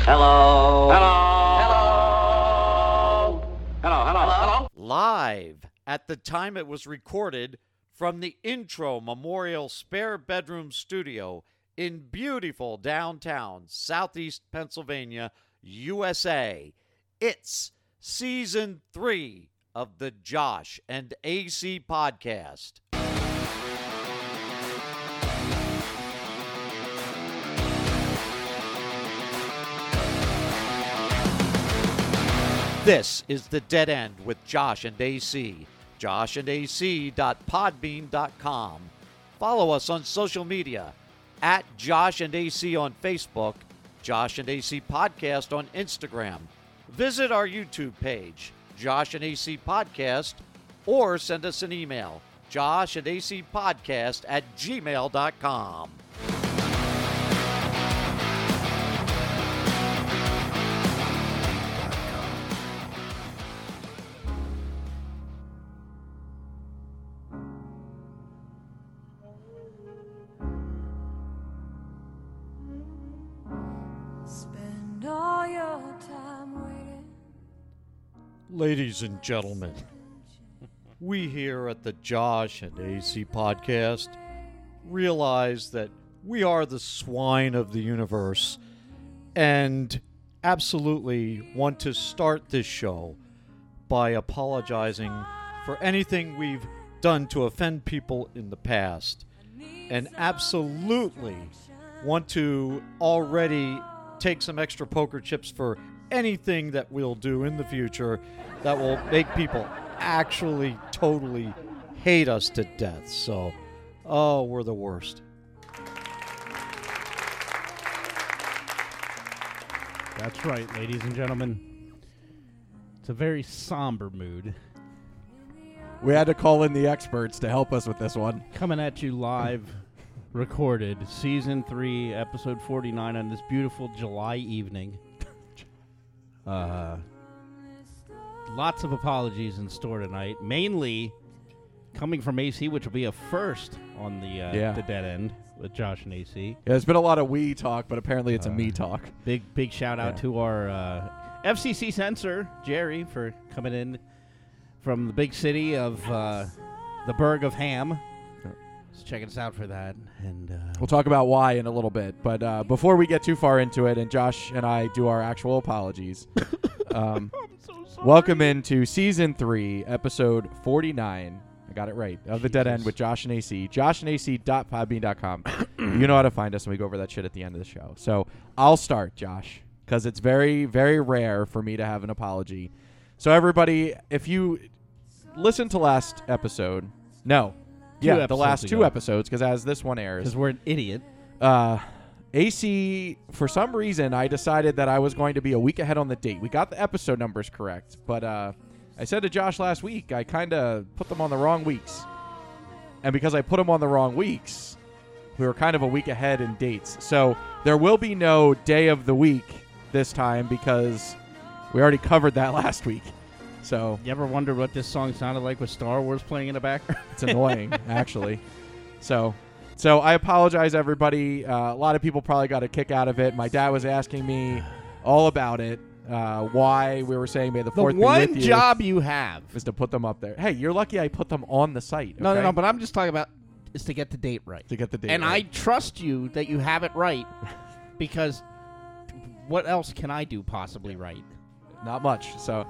Hello. Hello. Hello. Hello, hello, hello. live at the time it was recorded from the Intro Memorial Spare Bedroom Studio in beautiful downtown Southeast Pennsylvania, USA. It's season three of the Josh and AC podcast. This is The Dead End with Josh and AC. joshandac.podbean.com. Follow us on social media at Josh and AC on Facebook, Josh and AC Podcast on Instagram. Visit our YouTube page, Josh and AC Podcast, or send us an email, Josh and AC Podcast at gmail.com. Spend all your time waiting. Ladies and gentlemen, we here at the Josh and AC podcast realize that we are the swine of the universe and absolutely want to start this show by apologizing for anything we've done to offend people in the past and absolutely want to already take some extra poker chips for anything that we'll do in the future that will make people actually totally hate us to death. So, oh, we're the worst. That's right, ladies and gentlemen. It's a very somber mood We had to call in the experts to help us with this one. coming at you live, recorded, season three, episode forty-nine, on this beautiful July evening. Uh, lots of apologies in store tonight, mainly coming from AC, which will be a first on the uh, Yeah. the dead end with Josh and AC. Yeah, there's been a lot of we talk, but apparently it's a me talk. Uh, Big big shout out to our uh, FCC censor Jerry for coming in from the big city of uh, the Burg of Ham. Just checking us out for that, and uh, We'll talk about why in a little bit, but uh, before we get too far into it, and Josh and I do our actual apologies. um, Welcome into season three, episode 49. I got it right. Of the dead end with Josh and AC. JoshandAC.podbean.com. you know how to find us, and we go over that shit at the end of the show. So I'll start, Josh, because it's very, very rare for me to have an apology. So everybody, if you listen to last episode, no, yeah, the episodes last two ago. episodes, because as this one airs, because we're an idiot. uh, AC, for some reason, I decided that I was going to be a week ahead on the date. We got the episode numbers correct, but uh, I said to Josh last week, I kind of put them on the wrong weeks. And because I put them on the wrong weeks, we were kind of a week ahead in dates. So there will be no day of the week this time because we already covered that last week. So You ever wonder what this song sounded like with Star Wars playing in the background? it's annoying, actually. So, so I apologize, everybody. Uh, a lot of people probably got a kick out of it. My dad was asking me all about it, uh, why we were saying may the The fourth be one with job you have. you is to put them up there. Hey, you're lucky I put them on the site. No, no, okay? no. But I'm just talking about is to get the date right. to get the date. and I right. trust you that you have it right, because what else can I do possibly right? not much. So,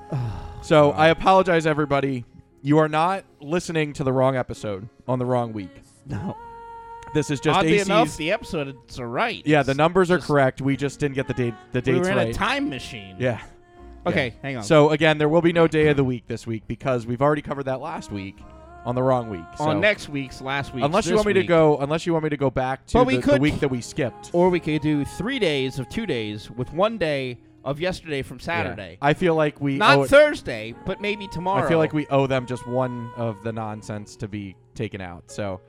so I apologize, everybody. You are not listening to the wrong episode on the wrong week. No. This is just Oddly AC's. enough, the episode it's all right. yeah, the It's numbers are just- correct. We just didn't get the date. The We dates were in right. a time machine. yeah. Okay, hang on. So again, there will be no day of the week this week because we've already covered that last week on the wrong week. So on next week's, last week's, unless you this want me to week, go, unless you want me to go back to But the, we the could- week that we skipped. or we could do three days of two days with one day of yesterday from Saturday. I feel like we Not owe it- Thursday, but maybe tomorrow. I feel like we owe them just one of the nonsense to be taken out. So,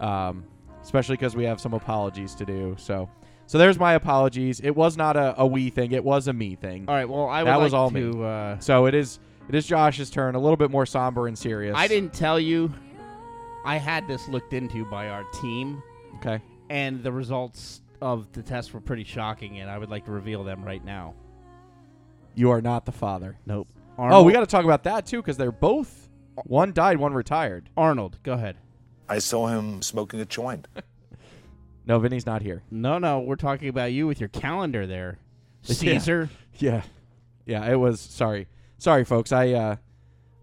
um, especially because we have some apologies to do. So, so there's my apologies. It was not a, a we thing. It was a me thing. All right. Well, I would That like was all me. to. Uh, So it is it is Josh's turn. A little bit more somber and serious. I didn't tell you. I had this looked into by our team, Okay. and the results of the test were pretty shocking, and I would like to reveal them right now. You are not the father. Nope. Oh, we got to talk about that too because they're both one died, one retired. Arnold. Go ahead. I saw him smoking a joint. No, Vinny's not here. No, no, we're talking about you with your calendar there, Caesar. Yeah. Yeah, it was sorry. Sorry folks. I uh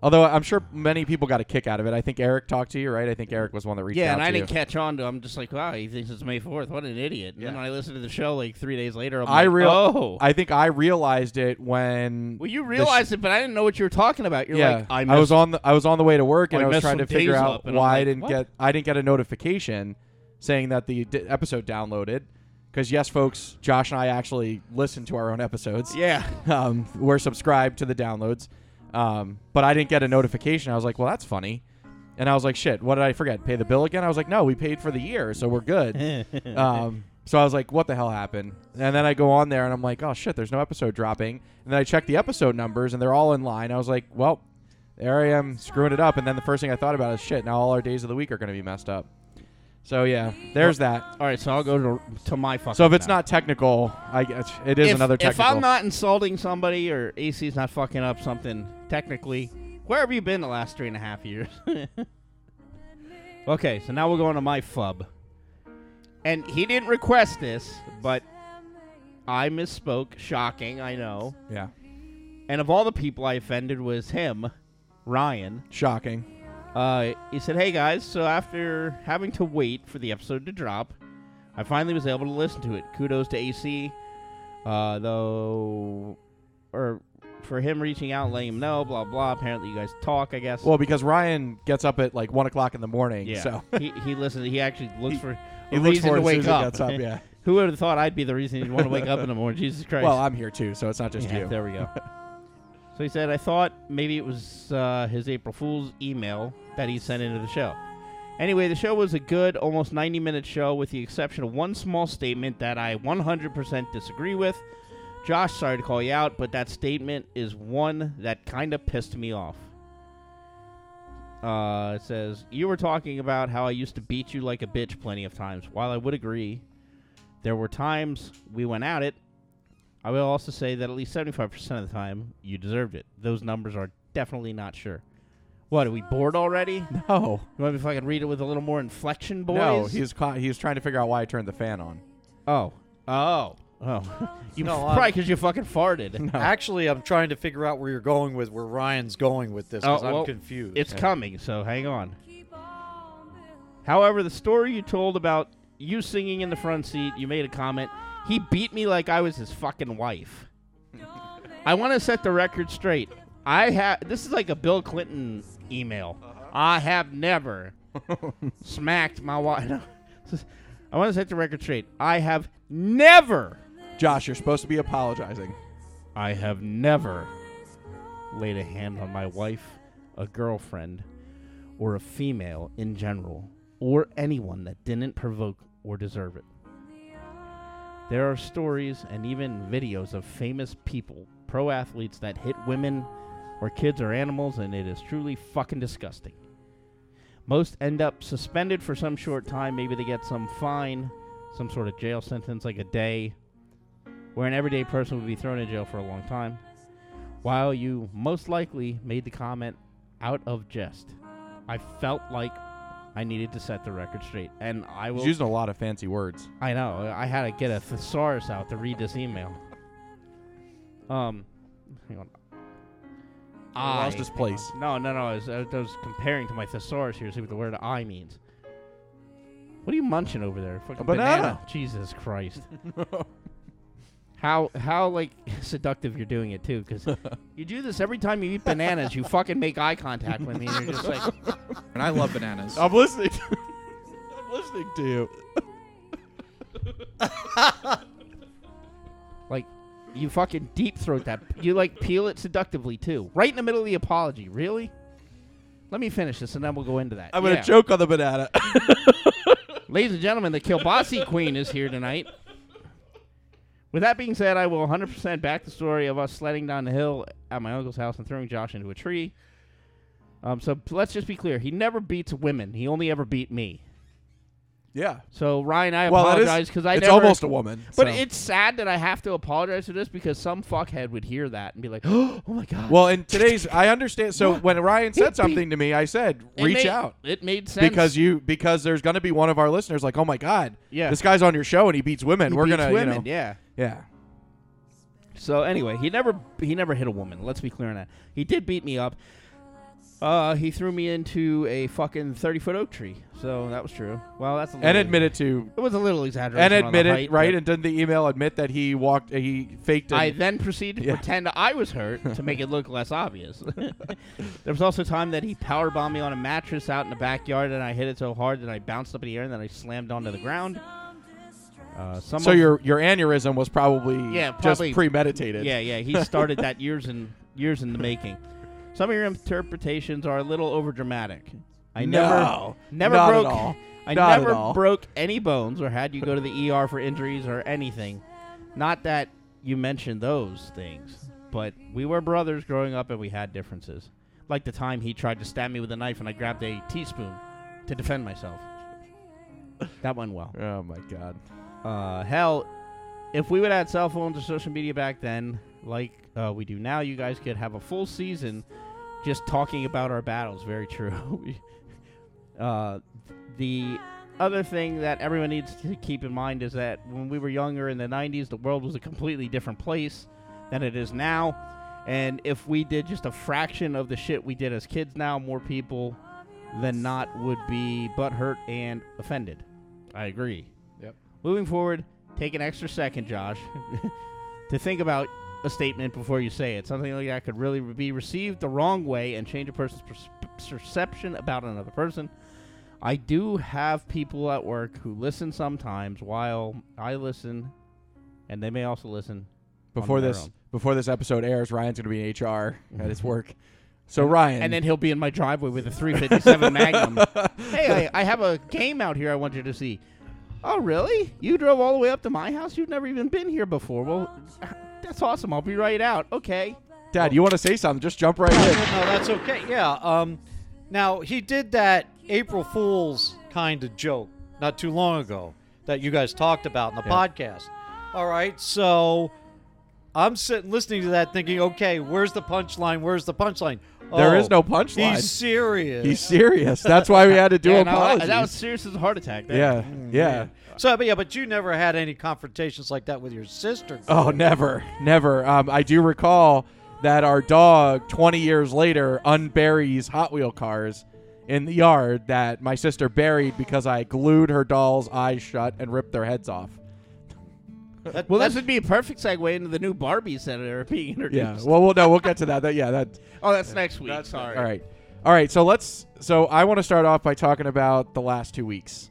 although I'm sure many people got a kick out of it. I think Eric talked to you, right? I think Eric was the one that reached Yeah, out and I to didn't you. catch on to. I'm just like, wow, he thinks it's May Fourth. What an idiot! And then Yeah. when I listened to the show like three days later, I'm I like, real oh, I think I realized it when well, you the sh- realized it, but I didn't know what you were talking about. You're yeah, like, I, missed- was on the I was on the way to work and I I, was messed trying to some figure days out up, and why I'm I like, didn't what? get I didn't get a notification saying that the d- episode downloaded because yes, folks, Josh and I actually listen to our own episodes. Yeah, um, we're subscribed to the downloads. Um, but I didn't get a notification. I was like, well, that's funny. And I was like, shit, what did I forget? Pay the bill again? I was like, no, we paid for the year, so we're good. um, so I was like, what the hell happened? And then I go on there and I'm like, oh shit, there's no episode dropping. And then I check the episode numbers and they're all in line. I was like, well, there I am screwing it up. And then the first thing I thought about is shit, now all our days of the week are going to be messed up. So yeah, there's that. All right, so I'll go to to my fucking. So if it's now. not technical, I guess it is if, another if technical. I'm not insulting somebody or AC's not fucking up something technically, where have you been the last three and a half years? okay, so now we're going to my flub. And he didn't request this, but I misspoke. Shocking, I know. yeah, And of all the people I offended was him, Ryan. shocking. Uh, he said, "Hey guys, so after having to wait for the episode to drop, I finally was able to listen to it. Kudos to AC, uh, though, or for him reaching out, and letting him know, blah blah. Apparently, you guys talk, I guess. Well, because Ryan gets up at like one o'clock in the morning, yeah. so he he listened. He actually looks for a he looks reason for it to as soon wake as he up. gets up, yeah. Who would have thought I'd be the reason he'd want to wake up in the morning? Jesus Christ. well, I'm here too, so it's not just Yeah, you. There we go. so he said, I thought maybe it was uh, his April Fool's email that he sent into the show. Anyway, the show was a good, almost 90 minute show, with the exception of one small statement that I 100% disagree with. Josh, sorry to call you out, but that statement is one that kind of pissed me off. Uh, it says, You were talking about how I used to beat you like a bitch plenty of times. While I would agree, there were times we went at it, I will also say that at least 75% of the time, you deserved it. Those numbers are definitely not sure. What, are we bored already? You No, want me if I can read it with a little more inflection, boys? no, he's caught, he's trying to figure out why I turned the fan on. Oh. Oh. Oh. you No, probably because you fucking farted. Actually, I'm trying to figure out where you're going with where Ryan's going with this because Oh, well, I'm confused. It's coming, so hang on. However, the story you told about you singing in the front seat, you made a comment. He beat me like I was his fucking wife. I want to set the record straight. I have this is like a Bill Clinton email. Uh-huh. I have never smacked my wife. I want to set the record straight. I have never. Josh, you're supposed to be apologizing. I have never laid a hand on my wife, a girlfriend, or a female in general, or anyone that didn't provoke or deserve it. There are stories and even videos of famous people, pro athletes, that hit women or kids or animals, and it is truly fucking disgusting. Most end up suspended for some short time. Maybe they get some fine, some sort of jail sentence, like a day, where an everyday person would be thrown in jail for a long time. While you most likely made the comment out of jest, I felt like I needed to set the record straight, and I will. He's using a lot of fancy words. I know. I had to get a thesaurus out to read this email. Um, hang on. I lost his place. No, no, no. I was, I was comparing to my thesaurus here, to see what the word "I" means. What are you munching over there? Fucking banana. Jesus Christ. how how like seductive you're doing it too? Because you do this every time you eat bananas. You fucking make eye contact with me, and you're just like. And I love bananas. I'm listening. I'm listening to you. Like, you fucking deep throat that. You like peel it seductively too, right in the middle of the apology. Really? Let me finish this, and then we'll go into that. I'm gonna Yeah. choke on the banana. Ladies and gentlemen, the Kilbasi Queen is here tonight. With that being said, I will 100% back the story of us sledding down the hill at my uncle's house and throwing Josh into a tree. Um, so p- let's just be clear. He never beats women. He only ever beat me. Yeah. So Ryan, I Well, it is- apologize because I it's never, almost a woman. But so. it's sad that I have to apologize for this because some fuckhead would hear that and be like, "Oh my god!" well in today's. I understand. So when Ryan Hit me. said something to me, I said, It "Reach made- out." It made sense Because you, because there's going to be one of our listeners like, oh my god, Yeah. this guy's on your show and he beats women. He We're beats gonna, women, you know, yeah. yeah, So anyway, he never he never hit a woman. Let's be clear on that. He did beat me up. Uh, he threw me into a fucking thirty foot oak tree. So that was true. Well, that's a little, and admitted to Oh It was a little exaggeration. and on the admitted height, right, but and didn't the email admit that he walked, he faked it? I then proceeded to Yeah. pretend I was hurt to make it look less obvious. there was also a time that he power bombed me on a mattress out in the backyard, and I hit it so hard that I bounced up in the air and then I slammed onto the ground. Uh, some so of- your your aneurysm was probably Yeah, just probably- premeditated. Yeah, yeah. He started that years in years in the making. Some of your interpretations are a little overdramatic. I No, never never not at broke all. I Not at never all. broke any bones or had you go to the ER for injuries or anything. Not that you mentioned those things, but we were brothers growing up and we had differences. Like the time he tried to stab me with a knife and I grabbed a teaspoon to defend myself. That went well. Oh my god. Uh, hell, if we would have had cell phones or social media back then, like uh, we do now, you guys could have a full season just talking about our battles. Very true. We- uh, the other thing that everyone needs to keep in mind is that when we were younger in the 90s, the world was a completely different place than it is now. And if we did just a fraction of the shit we did as kids now, more people than not would be butthurt and offended. I agree. Yep. Moving forward, take an extra second, Josh, to think about a statement before you say it. Something like that could really be received the wrong way and change a person's pers- perception about another person. I do have people at work who listen sometimes while I listen, and they may also listen Before their this own. Mm-hmm. before this episode airs, Ryan's gonna be in HR at his work. So Ryan, and then he'll be in my driveway with a 357 Magnum. Hey, I, I have a game out here I want you to see. Oh, really? You drove all the way up to my house? You've never even been here before. Well, that's awesome. I'll be right out. Okay. Dad, you want to say something? Just jump right in. no, that's okay. Yeah. Um, now he did that April Fool's kind of joke not too long ago that you guys talked about in the podcast. All right, so I'm sitting listening to that, thinking, okay, where's the punchline? Where's the punchline? Oh, There is no punchline. He's serious. He's serious. That's why we had to do Yeah, no, apologies. that, that was serious as a heart attack. That- yeah, yeah. so, but Mm, yeah, but you never had any confrontations like that with your sister. Oh, never, never. Um, I do recall that our dog, 20 years later, unburies Hot Wheel cars in the yard that my sister buried because I glued her doll's eyes shut and ripped their heads off. That- Well, that- this would be a perfect segue into the new Barbies that are being Yeah. introduced. Well, we'll no, we'll get to that. that yeah. That. oh, that's next week. Sorry. All right. All right. So let's. So I want to start off by talking about the last two weeks.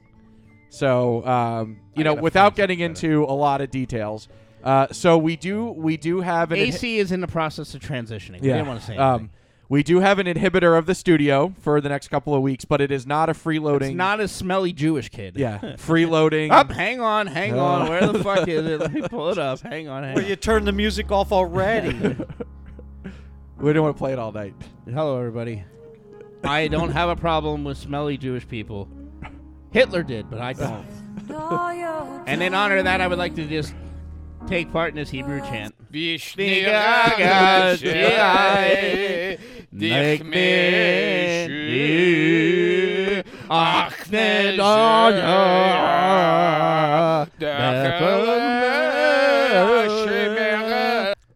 So um, you I know, gotta without find something getting into a lot of details. Uh, so we do we do have an inhi- AC is in the process of transitioning. We didn't want to say anything. Um, we do have an inhibitor of the studio for the next couple of weeks, but it is not a freeloading. it's not a smelly Jewish kid. Yeah, freeloading. Up, hang on, hang Oh. on. Where the fuck is it? Let me pull it up. Hang on, hang Well, you turned the music off already. We don't want to play it all night. on. Hello, everybody. I don't have a problem with smelly Jewish people. Hitler did, but I don't. And in honor of that, I would like to just take part in this Hebrew chant.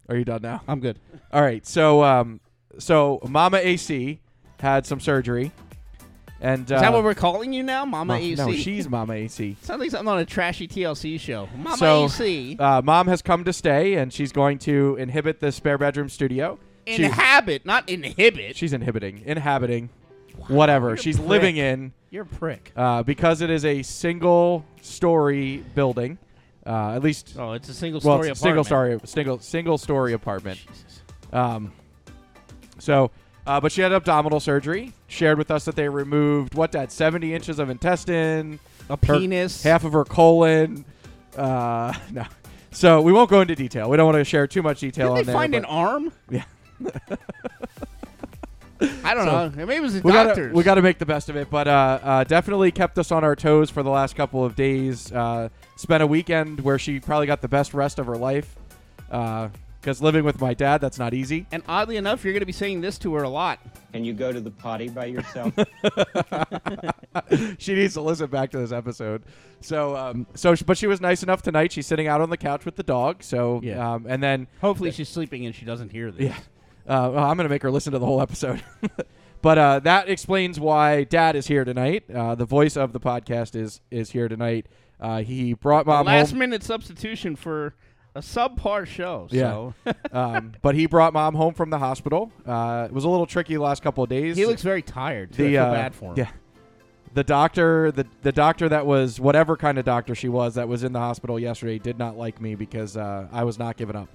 Are you done now? I'm good. All right. So, um, so Mama AC had some surgery, and uh, Is that what we're calling you now, Mama Ma- AC? No, she's Mama AC. Sounds like something on a trashy TLC show. Mama E so, AC. uh, mom has come to stay, and she's going to inhibit the spare bedroom studio. She- Inhabit, not inhibit. she's inhibiting, inhabiting, whatever. you're a She's prick. living in. You're a prick. uh, because it is a single story building. Uh, at least, Oh, it's a single well, story it's a single apartment. story, single single story apartment. Um, so, uh, but she had abdominal surgery. Shared with us that they removed what that seventy inches of intestine, A her- penis. half of her colon. Uh, no, so we won't go into detail. We don't want to share too much detail Did on they there, find but- an arm? I don't So- know. Maybe it was the we doctors. gotta, we gotta make the best of it, but uh, uh, definitely kept us on our toes for the last couple of days. Uh, spent a weekend where she probably got the best rest of her life, because living with my dad, that's not easy. and oddly enough, you're going to be saying this to her a lot. and you go to the potty by yourself. she needs to listen back to this episode. So, um, so, but she was nice enough tonight. She's sitting out on the couch with the dog. So, Yeah. um, and then Hopefully, she's sleeping and she doesn't hear this. Yeah. Uh, well, I'm going to make her listen to the whole episode. but uh, that explains why Dad is here tonight. Uh, the voice of the podcast is is here tonight. Uh, he brought mom Last home, minute substitution for a subpar show. Yeah. So um, but he brought mom home from the hospital. Uh, it was a little tricky last couple of days. he looks very tired. Too. I the feel uh, bad for him. Yeah. The doctor, the the doctor that was whatever kind of doctor she was that was in the hospital yesterday did not like me because uh, I was not giving up.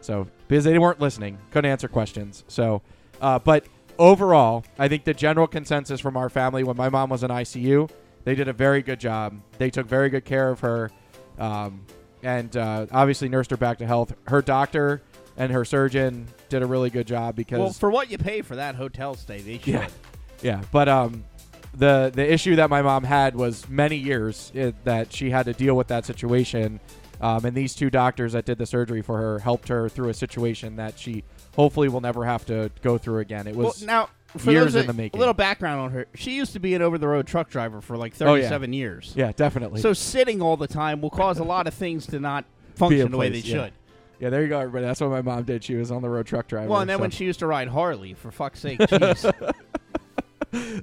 So because they weren't listening, couldn't answer questions. So, uh, but overall, I think the general consensus from our family when my mom was in ICU, they did a very good job. They took very good care of her, um, and uh, obviously nursed her back to health. Her doctor and her surgeon did a really good job because Well, for what you pay for that hotel stay, they should. Yeah. yeah, but um, the the issue that my mom had was many years uh that she had to deal with that situation, um, and these two doctors that did the surgery for her helped her through a situation that she hopefully will never have to go through again. It Well, was now for years those that- in the making. A little background on her. She used to be an over-the-road truck driver for like Oh, yeah. 37 years. yeah, definitely. So sitting all the time will cause a lot of things to not function the way they place, yeah. should. yeah, there you go, everybody. That's what my mom did. She was on the road truck driver. Well, and then so- when she used to ride Harley, for fuck's sake, jeez.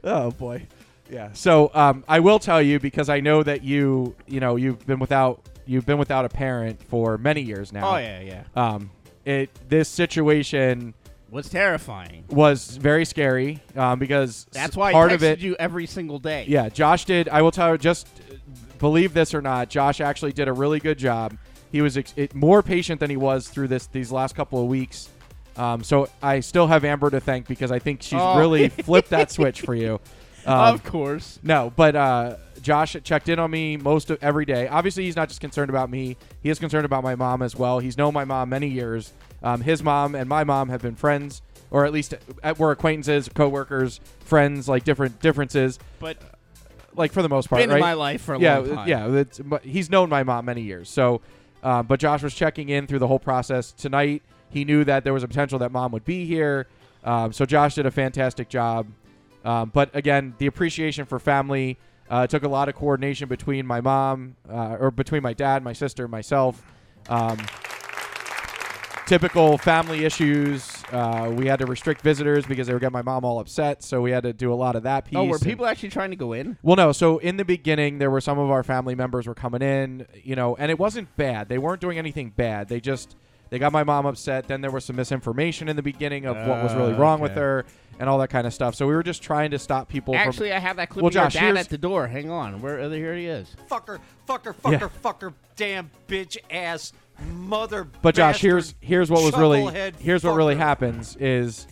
oh boy yeah so um, i will tell you because i know that you you know you've been without you've been without a parent for many years now oh yeah, yeah. um it this situation Was terrifying. was very scary um, because That's why part I texted of it you every single day. yeah, Josh did. I will tell you, just uh, believe this or not, Josh actually did a really good job. He was ex- it, more patient than he was through this these last couple of weeks. Um, so I still have Amber to thank because I think she's Oh. really flipped that switch for you. Um, of course. no, but uh, Josh checked in on me most of every day. Obviously, he's not just concerned about me; he is concerned about my mom as well. He's known my mom many years. Um, his mom and my mom have been friends, or at least uh, were acquaintances, coworkers, friends, like different differences, But like for the most part, been right? in my life for a yeah, long time. yeah. It's, but he's known my mom many years. So, uh, but Josh was checking in through the whole process tonight. He knew that there was a potential that mom would be here. Um, so Josh did a fantastic job. Um, but again, the appreciation for family uh, it took a lot of coordination between my mom uh, or between my dad, my sister, myself. Um, typical family issues. Uh, we had to restrict visitors because they were getting my mom all upset. So we had to do a lot of that piece. Oh, were and- people actually trying to go in? well, no. So in the beginning, there were some of our family members were coming in, you know, and it wasn't bad. They weren't doing anything bad. They just they got my mom upset. Then there was some misinformation in the beginning of what was really Ah, wrong with okay. her and all that kind of stuff. So we were just trying to stop people Actually, from. I have that clip Well, of your Josh, dad here's- at the door. Hang on. Where oh, here he is. fucker, fucker, Yeah. fucker, fucker, damn bitch ass mother. But Josh, bastard, here's here's what was really chucklehead here's what really fucker. happens is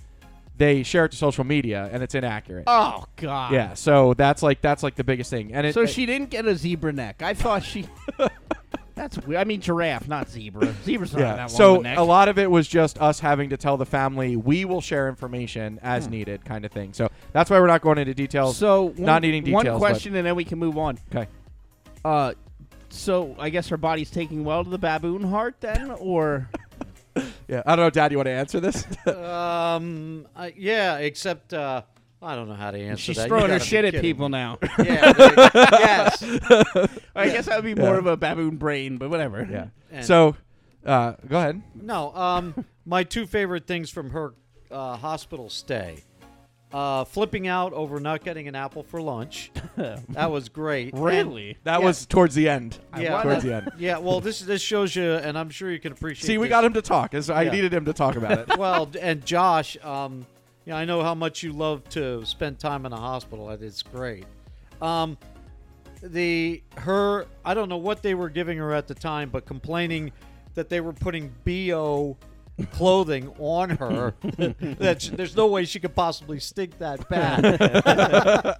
they share it to social media and it's inaccurate. Oh god. yeah, so that's like that's like the biggest thing. And it, uh, So it- she didn't get a zebra neck. I thought she. That's weird. I mean giraffe, not zebra. Zebra's not that long. So of a neck. a lot of it was just us having to tell the family we will share information Hmm. as needed, kind of thing. So that's why we're not going into details. So one, not needing details. One but- question, and then we can move on. okay. Uh, so I guess her body's taking well to the baboon heart, then, or Yeah. I don't know, Dad. You want to answer this? Um, uh, yeah, except uh, I don't know how to answer she's that. You throwing her gotta be shit at kidding people me. now. Yeah, dude. yes. I guess that would be more of a baboon brain, but whatever. yeah. And- So, uh, go ahead. No, um, my two favorite things from her uh, hospital stay uh, flipping out over not getting an apple for lunch. that was great. And- Really? That Yeah. was towards the end. yeah, towards that- the end. Yeah, well, this this shows you, and I'm sure you can appreciate See, we this. got him to talk. As I Yeah. needed him to talk about it. well, and Josh, um, yeah, I know how much you love to spend time in a hospital. and It's great. Um, the her, I don't know what they were giving her at the time, but complaining that they were putting bo clothing on her that sh- there's no way she could possibly stink that bad.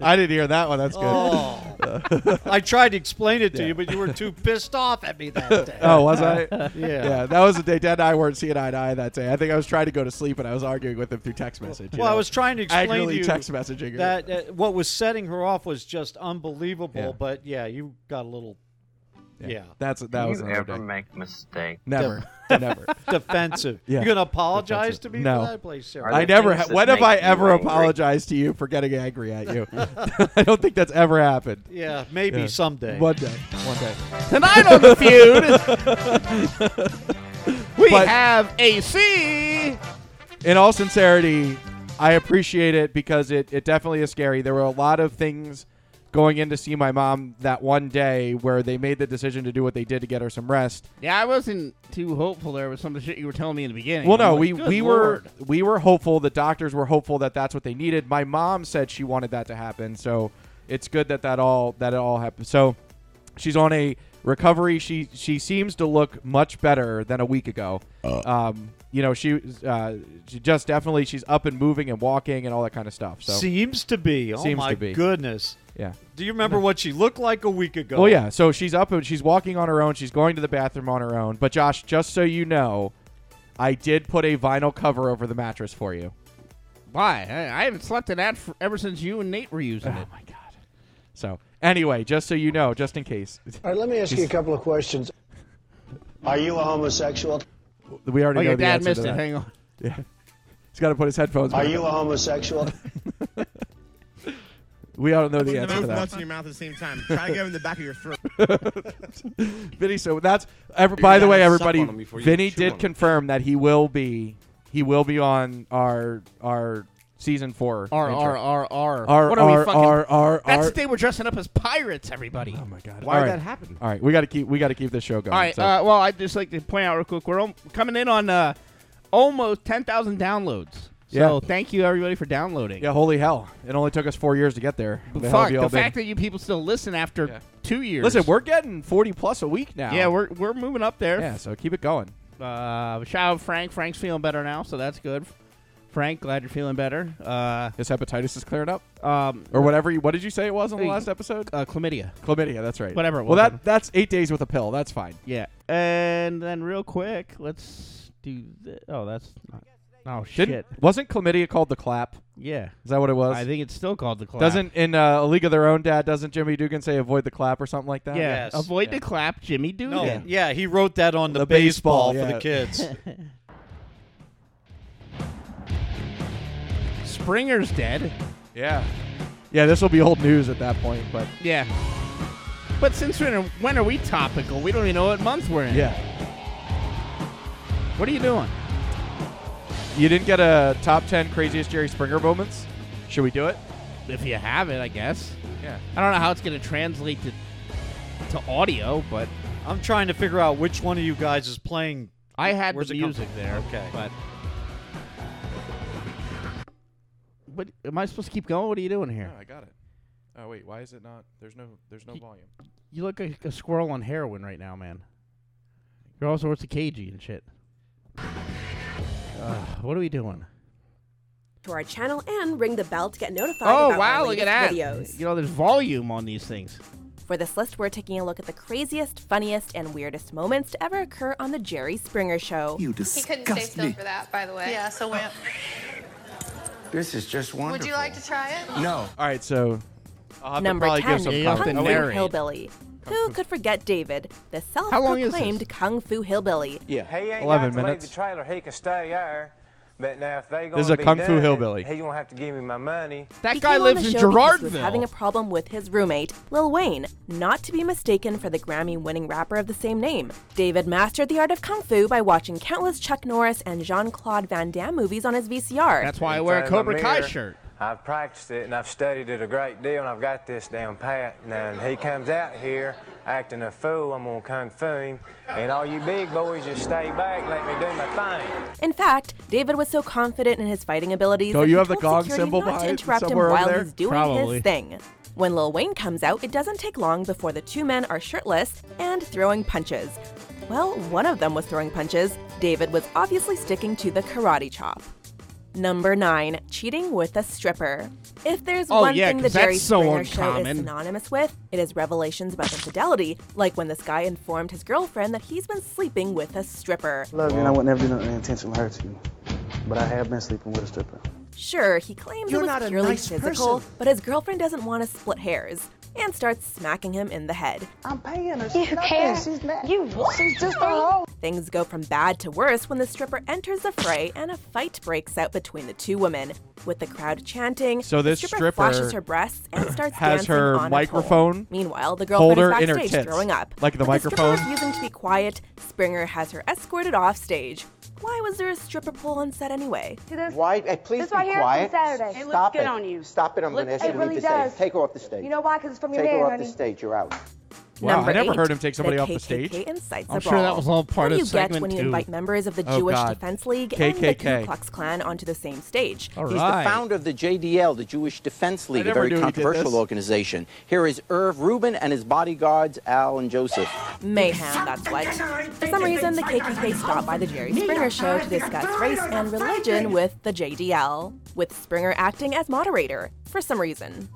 I didn't hear that one. That's good. Oh, Oh. I tried to explain it to you, but you were too pissed off at me that day. Oh, was I? Yeah. yeah. that was the day Dad and I weren't seeing eye to eye that day. I think I was trying to go to sleep and I was arguing with him through text message. you Well, I know, was trying to explain angrily to you text messaging. her. that uh, what was setting her off was just unbelievable. But yeah, you got a little yeah. That's that was you another ever day. make mistakes? Never, never. defensive. Yeah. You're gonna apologize Defensive. to me No. for that place, Sarah. Are I there never. things Ha- that when have make I you ever angry? apologized to you for getting angry at you? I don't think that's ever happened. yeah, maybe Yeah. someday. One day, one day. Tonight on the feud, we But- have AC. in all sincerity, I appreciate it because it, it definitely is scary. There were a lot of things going in to see my mom that one day where they made the decision to do what they did to get her some rest. Yeah, I wasn't too hopeful there with some of the shit you were telling me in the beginning. Well, no, I'm like, we "Good we Lord." were we were hopeful. The doctors were hopeful that that's what they needed. My mom said she wanted that to happen, so it's good that that all that it all happened. So she's on a recovery. She she seems to look much better than a week ago. Um, you know, she uh, she just definitely she's up and moving and walking and all that kind of stuff. So Seems to be. Oh Seems my to be. goodness. yeah. Do you remember what she looked like a week ago? Well, yeah. So she's up and she's walking on her own. She's going to the bathroom on her own. But Josh, just so you know, I did put a vinyl cover over the mattress for you. Why? I, I haven't slept in that for, ever since you and Nate were using it. my god. So anyway, just so you know, just in case, All right, let me ask you a couple of questions. Are you a homosexual? we already Oh, know your the dad answer missed to it. that. Hang on. He's got to put his headphones. Are back you on. a homosexual? We all know the answer to that. your mouth at the same time. Try to go in the back of your throat. Vinny. So that's. Ever, by the way, gotta suck everybody. on 'em before you Vinny chew on did 'em. confirm that he will be. He will be on our our season four. R intro. R R R. R, What are we R, fucking? R, R, That's R. the day we're dressing up as pirates, everybody. Oh my god. Why all did right. that happen? All right, we got to keep we got to keep this show going. All right. so- Uh, well, I'd just like to point out real quick, we're al- coming in on uh, almost 10,000 downloads. So Yeah. thank you, everybody, for downloading. yeah, holy hell! It only took us four years to get there. But The hell Fuck, have you the all been? fact that you people still listen after Yeah. two years. Listen, we're getting forty plus a week now. Yeah, we're, we're moving up there. yeah. So keep it going. Uh, shout out Frank. Frank's feeling better now, so that's good. Frank, glad you're feeling better. Uh, His hepatitis is clearing up. um, or whatever. You, what did you say it was on the Hey. last episode? uh, chlamydia. Chlamydia. That's right. Whatever it Well, was. that that's eight days with a pill. That's fine. Yeah. And then real quick, let's do. Th- oh, that's not. Oh shit. Didn't wasn't chlamydia called the clap? Yeah. Is that what it was? I think it's still called the clap. doesn't in uh, a league of their own, Dad? Doesn't Jimmy Dugan say avoid the clap or something like that? Yeah. Yes. Avoid Yeah. the clap, Jimmy Dugan. No, yeah, he wrote that on the, The baseball, yeah. baseball, for the kids. Springer's dead. Yeah. Yeah. This will be old news at that point, but Yeah. But since when are, when are we topical? We don't even know what month we're in. yeah. What are you doing? You didn't get a top ten craziest Jerry Springer moments. Should we do it? If you have it, I guess. Yeah. I don't know how it's going to translate to to audio, but I'm trying to figure out which one of you guys is playing. I had Where's the it come music from? there. Okay. But what am I supposed to keep going? What are you doing here? I got it. Oh wait, why is it not? There's no there's no volume. You look like a squirrel on heroin right now, man. You're all sorts of cagey and shit. Uh, what are we doing? to our channel and ring the bell to get notified Oh about wow! our Look at latest that. videos. You know, there's volume on these things. For this list, we're taking a look at the craziest, funniest, and weirdest moments to ever occur on the Jerry Springer Show. You disgust he couldn't stay still for that. By the way. Yeah, so when, This is just wonderful. would you like to try it? No. All right, so I'll have Number to probably give 10, some Yeah, you have Kung to context. Fu narrate. Hillbilly. Who could forget David, long the is this? self-proclaimed Kung Fu Hillbilly? Hey, ain't 11 got to leave minutes. the trailer. He can stay there. But now if they gonna This is a be kung fu doing it, hillbilly. He gonna have to give me my money. That He guy came on lives the in show because he was Gerardville. having a problem with his roommate, Lil Wayne, not to be mistaken for the Grammy-winning rapper of the same name. David mastered the art of kung fu by watching countless Chuck Norris and Jean-Claude Van Damme movies on his VCR. That's why I wear a Inside my Cobra Kai mirror, shirt. I've practiced it and I've studied it a great deal and I've got this down pat. Now and he comes out here acting a fool. I'm gonna kung fu him. And all you big boys just stay back, let me do my thing. In fact, David was so confident in his fighting abilities Don't that you he have the told gong security symbol not to behind- interrupt him somewhere over while there? he's doing Probably. his thing. When Lil Wayne comes out, it doesn't take long before the two men are shirtless and throwing punches. Well, one of them was throwing punches. David was obviously sticking to the karate chop. Number nine, cheating with a stripper. If there's Oh, one yeah, thing the 'cause that's Jerry so Springer show uncommon. is synonymous with, it is revelations about infidelity, like when this guy informed his girlfriend that he's been sleeping with a stripper. Love you, and I would never do nothing intentionally hurt you. But I have been sleeping with a stripper. Sure, he claims You're it was not a purely nice physical, person. but his girlfriend doesn't want to split hairs and starts smacking him in the head. I'm paying her. You care? You She's just a hoe. Things go from bad to worse when the stripper enters the fray and a fight breaks out between the two women. With the crowd chanting, So this the stripper, stripper flashes her breasts and starts has dancing her on a pole. microphone Meanwhile, the girlfriend holder is in her backstage tits, throwing up. like the But The microphone. stripper refusing to be quiet, Springer has her escorted off stage. Why was there a stripper pole on set anyway? Why? Hey, please This be right here is from quiet. Saturday. It looks Stop good it. on you. Stop it. I'm going to Looks- ask you it to really leave the stage. does. Take her off the stage. You know why? 'Cause it's from your Take man, her off honey. the stage. You're out. Wow, Number I never eight, heard him take somebody the off the KKK stage. incites I'm the sure brawl. that was all part what of do you get segment when you two. invite members of the Oh, Jewish God. Defense League and the Ku KKK. Klux Klan onto the same stage? All He's the founder of the JDL, the Jewish Defense League, a never very knew he did controversial this. organization. Here is Irv Rubin and his bodyguards, Al and Joseph. Mayhem, that's what. For some reason, the KKK stopped by the Jerry Springer show to discuss race and religion with the JDL, with Springer acting as moderator, for some reason.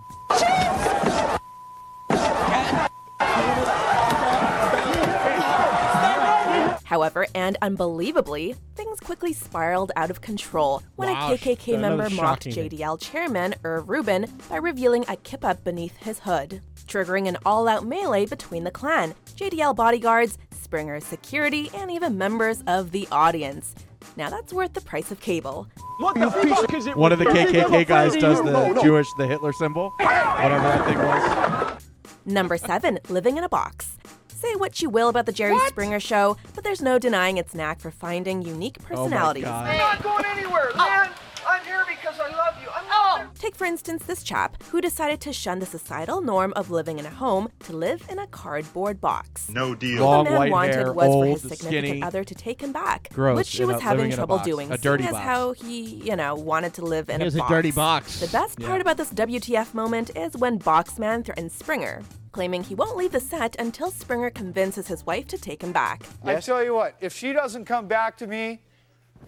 However, and unbelievably, things quickly spiraled out of control when Wow, a KKK another member mocked shocking JDL. JDL chairman Irv Rubin by revealing a kippah beneath his hood, triggering an all-out melee between the clan, JDL bodyguards, Springer's security, and even members of the audience. Now that's worth the price of cable. What the fuck is Oh, One of the KKK guys does the Jewish, the Hitler symbol, whatever that thing was. Number seven, living in a box. Say what you will about the Jerry Springer show, but there's no denying its knack for finding unique personalities. I'm not going anywhere, man. I'm here because I love you. I'm not Take, for instance, this chap who decided to shun the societal norm of living in a home to live in a cardboard box. No deal. All Long the man white wanted hair, was for his old, significant skinny. other to take him back, Gross, which she in a- was having living in a trouble box. doing. A dirty seeing as box. how he, you know, wanted to live in He a has a box. dirty box. The best part Yeah. about this WTF moment is when Boxman threatens Springer, claiming he won't leave the set until Springer convinces his wife to take him back. I tell you what, if she doesn't come back to me,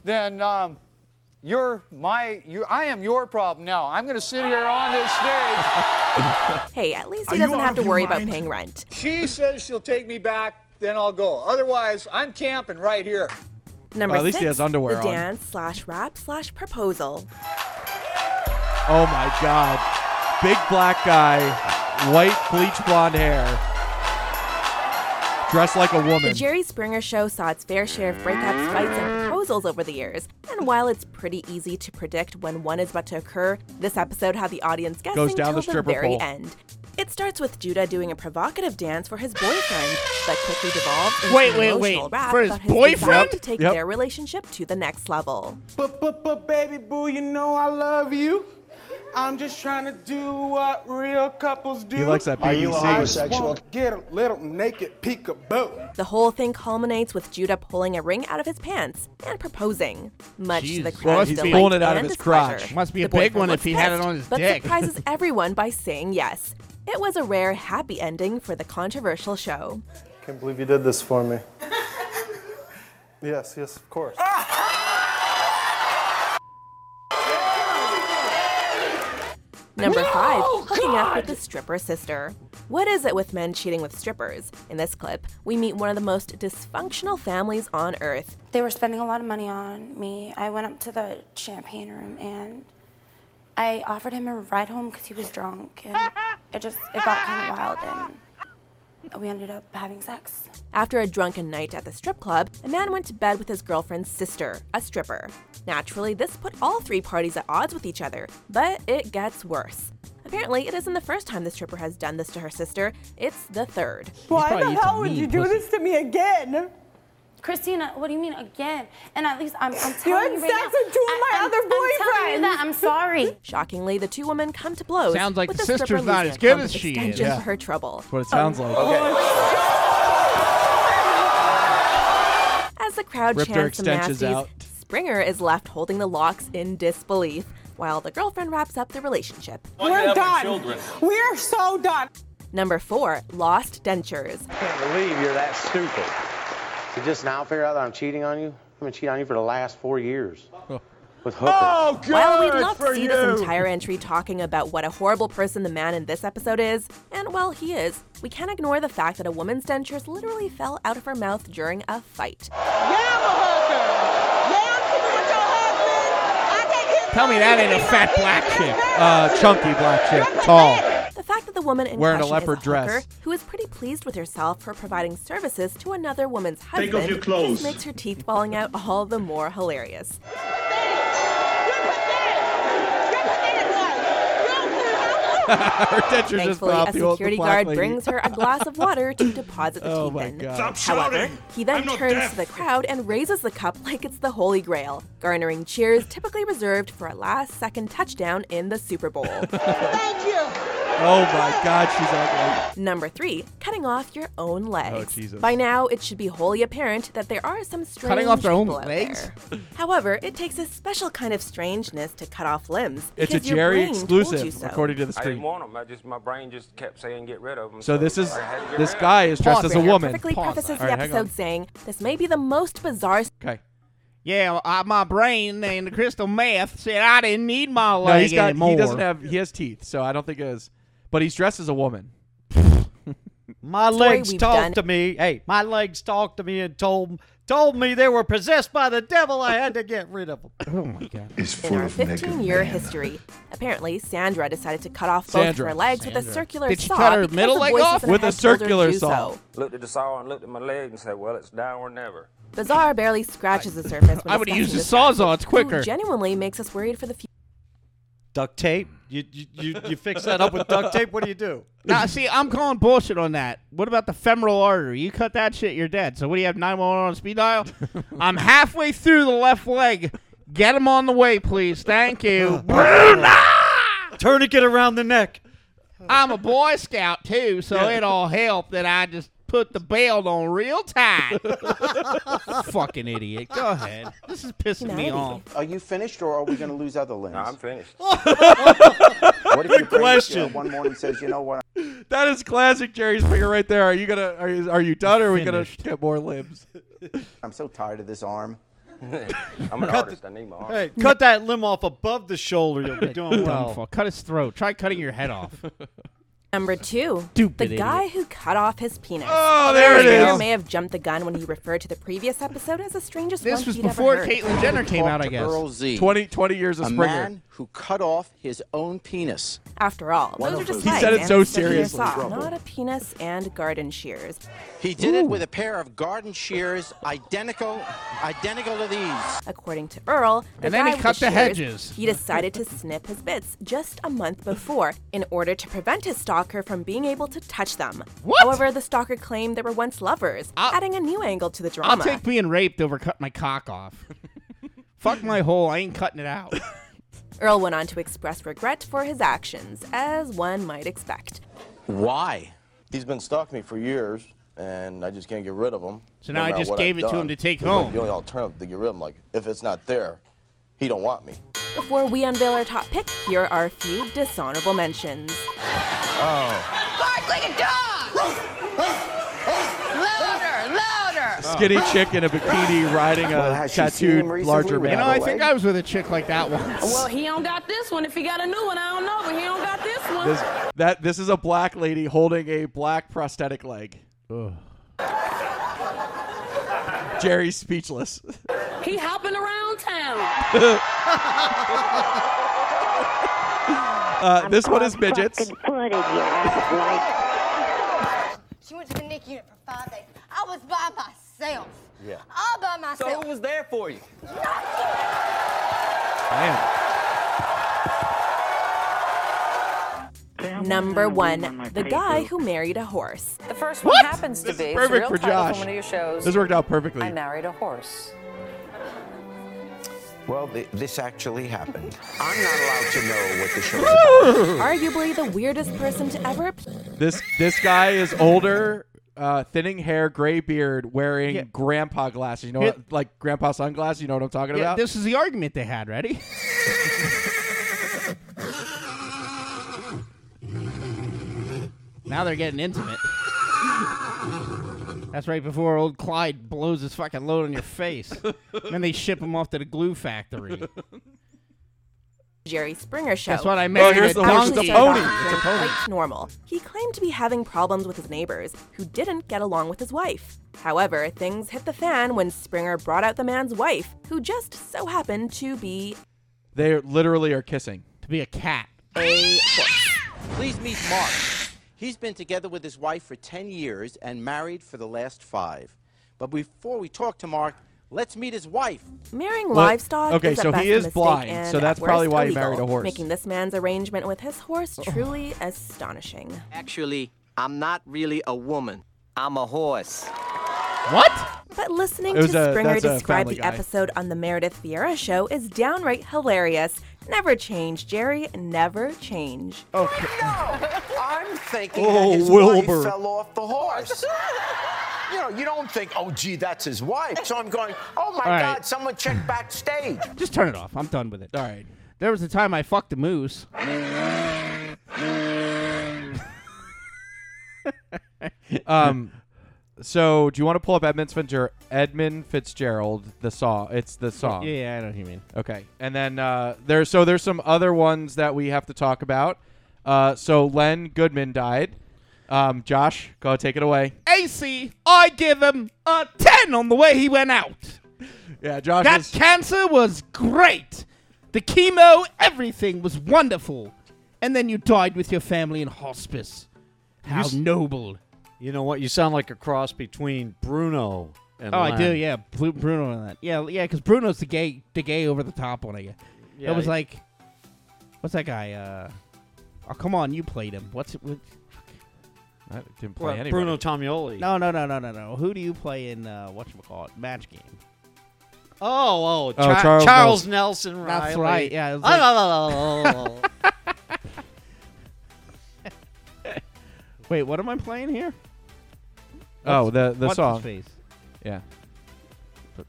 then um, you're my, you, I am your problem now. I'm going to sit here on this stage. Hey, at least he doesn't have to worry about paying rent. She says she'll take me back, then I'll go. Otherwise, I'm camping right here. Number at least he six, has underwear the on. dance slash rap slash proposal. Oh my God, big black guy, white bleach blonde hair, dressed like a The woman. Jerry Springer Show saw its fair share of breakups, fights, and proposals over the years. And while it's pretty easy to predict when one is about to occur, this episode had the audience guessing Goes down till the stripper very pole. end. It starts with Judah doing a provocative dance for his boyfriend, but quickly devolves into Wait, an wait, wait. emotional rap For his about his desire boyfriend? to take Yep. their relationship to the next level. But, but, but, baby boo, you know I love you. I'm just trying to do what real couples do. He likes that I BBC. just homosexual? wanna Get a little naked peekaboo. The whole thing culminates with Judah pulling a ring out of his pants and proposing, much to the Jeez. crowd's Well, he's delight pulling it out of and his displeasure. crotch. Must be a The big boyfriend one looks if he had it pissed, on his but dick. surprises everyone by saying yes. It was a rare happy ending for the controversial show. Can't believe you did this for me. yes, yes, of course. Number No, five, hooking up God. with the stripper sister. What is it with men cheating with strippers? In this clip, we meet one of the most dysfunctional families on earth. They were spending a lot of money on me. I went up to the champagne room and I offered him a ride home because he was drunk, and it just it got kind of wild, and we ended up having sex. After a drunken night at the strip club, a man went to bed with his girlfriend's sister, a stripper. Naturally, this put all three parties at odds with each other, but it gets worse. Apparently, it isn't the first time the stripper has done this to her sister, it's the third. Why the hell would you do this to me again? Christina, what do you mean again? And at least I'm, I'm telling You you, had right sex now, with two of my I, other I'm, I'm telling you that boyfriends. I'm sorry. Shockingly, the two women come to blows. Sounds like with the the stripper sister's not losing as a good bump as of she extension is. Yeah. for her trouble. That's what it sounds like. As the crowd Ripped her chants the extensions nasties, out. Springer is left holding the locks in disbelief, while the girlfriend wraps up the relationship. We're done. We're so done. Number four, lost dentures. I can't believe you're that stupid. To just now figure out that I'm cheating on you? I've been cheating on you for the last four years with hookers. Oh, While we'd love to see this entire entry talking about what a horrible person the man in this episode is, and well, he is, we can't ignore the fact that a woman's dentures literally fell out of her mouth during a fight. Tell me that ain't a fat black chick. Uh, chunky black chick, tall. The fact that the woman in Wearing a question leopard is a dress. hooker who is pretty pleased with herself for providing services to another woman's off husband your clothes. just makes her teeth falling out all the more hilarious. Her dentures just Thankfully, fell a out the old- the security black guard lady. brings her a glass of water to deposit the Oh teeth my in. God. Stop However, shouting! he then I'm not turns deaf. to the crowd and raises the cup like it's the Holy Grail, garnering cheers typically reserved for a last-second touchdown in the Super Bowl. Oh my God, she's ugly. Oh, Number three, cutting off your own legs. Jesus. By now, it should be wholly apparent that there are some strange Cutting off their own people out legs? there. However, it takes a special kind of strangeness to cut off limbs. It's a because your Jerry brain told exclusive, you so. according to the I street. didn't want them. I just my brain just kept saying get rid of them. So this is I had to get this rid of 'em. guy is dressed as a woman. Perfectly prefaces All the right, hang on. episode saying, "This may be the most bizarre." Okay. Yeah, I, my brain and the crystal meth said I didn't need my No, leg he's got. anymore. He doesn't have. He has teeth, so I don't think it is. But he's dressed as a woman. My legs we've talked done. to me. Hey, my legs talked to me and told told me they were possessed by the devil. I had to get rid of them. Oh my god! It's in our 15 year history. Apparently, Sandra decided to cut off both Sandra. her legs with a Sandra. circular Did she saw. cut her because middle the leg voices off? in her With a head told her to circular do saw. so. Looked at the saw and looked at my leg and said, well, it's now or never. Bizarre barely scratches the surface. When I would've discussing used the this Sawzall, character, it's quicker. who Genuinely makes us worried for the future. Duct tape. You you, you you fix that up with duct tape. What do you do? Now, see, I'm calling bullshit on that. What about the femoral artery? You cut that shit, you're dead. So what do you have 911 on speed dial? I'm halfway through the left leg. Get him on the way, please. Thank you. Tourniquet around the neck. I'm a Boy Scout too, so it all helped that I just put the belt on real tight. Fucking idiot. Go ahead. This is pissing me off. Are you finished, or are we going to lose other limbs? No, I'm finished. what if your brain, question. uh, one morning says, you know what? That is classic Jerry's finger right there. Are you gonna? Are you, are you done? Or are we gonna get more limbs? I'm so tired of this arm. I'm an artist. I need my arm. Hey, cut that limb off above the shoulder. You'll be doing Dumb well. fuck. Cut his throat. Try cutting your head off. Number two, the idiot. guy who cut off his penis. Oh, there it Jenner is. may have jumped the gun when he referred to the previous episode as the strangest This one was he'd ever before heard. Caitlyn Jenner came out, I To guess. Earl Z. 20 20 years of a Springer. man who cut off his own penis. After all, One those are of just those. He legs said it and so a circular seriously. saw, Trouble. not a penis and garden shears. He did it with a pair of garden shears identical identical to these. According to Earl, the And then he guy with cut the shears, hedges. He decided to snip his bits just a month before in order to prevent his stalker from being able to touch them. However, the stalker claimed they were once lovers, adding a new angle to the drama. I'll take being raped over cut my cock off. Fuck my hole. I ain't cutting it out. Earl went on to express regret for his actions, as one might expect. Why? He's been stalking me for years, and I just can't get rid of him. So now I matter just what gave I've it to done. him to take It's like home. The only alternative to get rid of him, like if it's not there, he don't want me. Before we unveil our top pick, here are a few dishonorable mentions. Oh. Bark like a dog! louder, louder! Skinny chick in a bikini riding a Well, has she seen tattooed him recently Oh, larger with man. You know, I that think leg? I was with a chick like that once. Well, he don't got this one. If he got a new one, I don't know, but he don't got this one. This, that this is a black lady holding a black prosthetic leg. Jerry's speechless. He hopping around Uh, town. this one is midgets. She went to the NIC unit for five days. I was by myself. Yeah. All by myself. who was there for you? Number one, the guy who married a horse. The first What? one happens to This is be it's perfect a real for title Josh. From one of your shows. This worked out perfectly. I married a horse. Well, th- this actually happened. I'm not allowed to know what the show Arguably the weirdest person to ever appear. This this guy is older, uh, thinning hair, gray beard, wearing grandpa glasses. You know, Yeah. what, like grandpa sunglasses. You know what I'm talking Yeah, about? this is the argument they had. Ready? now they're getting intimate. That's right before old Clyde blows his fucking load on your face. then they ship him off to the glue factory. Jerry Springer show. That's what I meant. Oh, here's the horse. It's a actually pony. sounds It's a pony. Quite normal. He claimed to be having problems with his neighbors, who didn't get along with his wife. However, things hit the fan when Springer brought out the man's wife, who just so happened to be They literally are kissing. To be a cat. a Please meet Mark. He's been together with his wife for 10 years and married for the last five. But before we talk to Mark, let's meet his wife. marrying What? livestock. Okay, is at so he best a is mistake blind, and so at that's probably worst why he illegal, married a horse. making this man's arrangement with his horse truly astonishing. Actually, I'm not really a woman. I'm a horse. What? But listening It to was a- Springer that's a describe Family the Guy. episode on the Meredith Vieira show is downright hilarious. Never change, Jerry. Never change. Okay. I'm thinking Oh, that his Wilbur. wife fell off the horse. you know, you don't think, oh, gee, that's his wife. So I'm going, oh, my All right. God, someone check backstage. Just turn it off. I'm done with it. All right. There was a time I fucked a moose. um, so do you want to pull up Edmund Fitzgerald? Edmund Fitzgerald, the saw. It's the song. Yeah, yeah, I know what you mean. Okay, and then uh, there. So there's some other ones that we have to talk about. Uh, so Len Goodman died. Um, Josh, go take it away. AC, I give him a 10 on the way he went out. Yeah, Josh. That is- cancer was great. The chemo, everything was wonderful. And then you died with your family in hospice. How s- noble. You know what? You sound like a cross between Bruno and. oh, I do. Len. Yeah, Bru- Bruno and that. Yeah, yeah, because Bruno's the gay, the gay over the top one. I guess. Yeah, it was he- like, what's that guy? Uh, oh, come on, you played him. What's it? What, I didn't play What, anybody. Bruno Tomioli. No, no, no, no, no, no. Who do you play in uh, what you call it? Match game. Oh, oh, Oh, Char- Charles Charles, Nelson. Nelson. That's Riley. right, yeah, it was Oh, Wait, what am I playing here? oh, What's- the the what's his song. face? Yeah.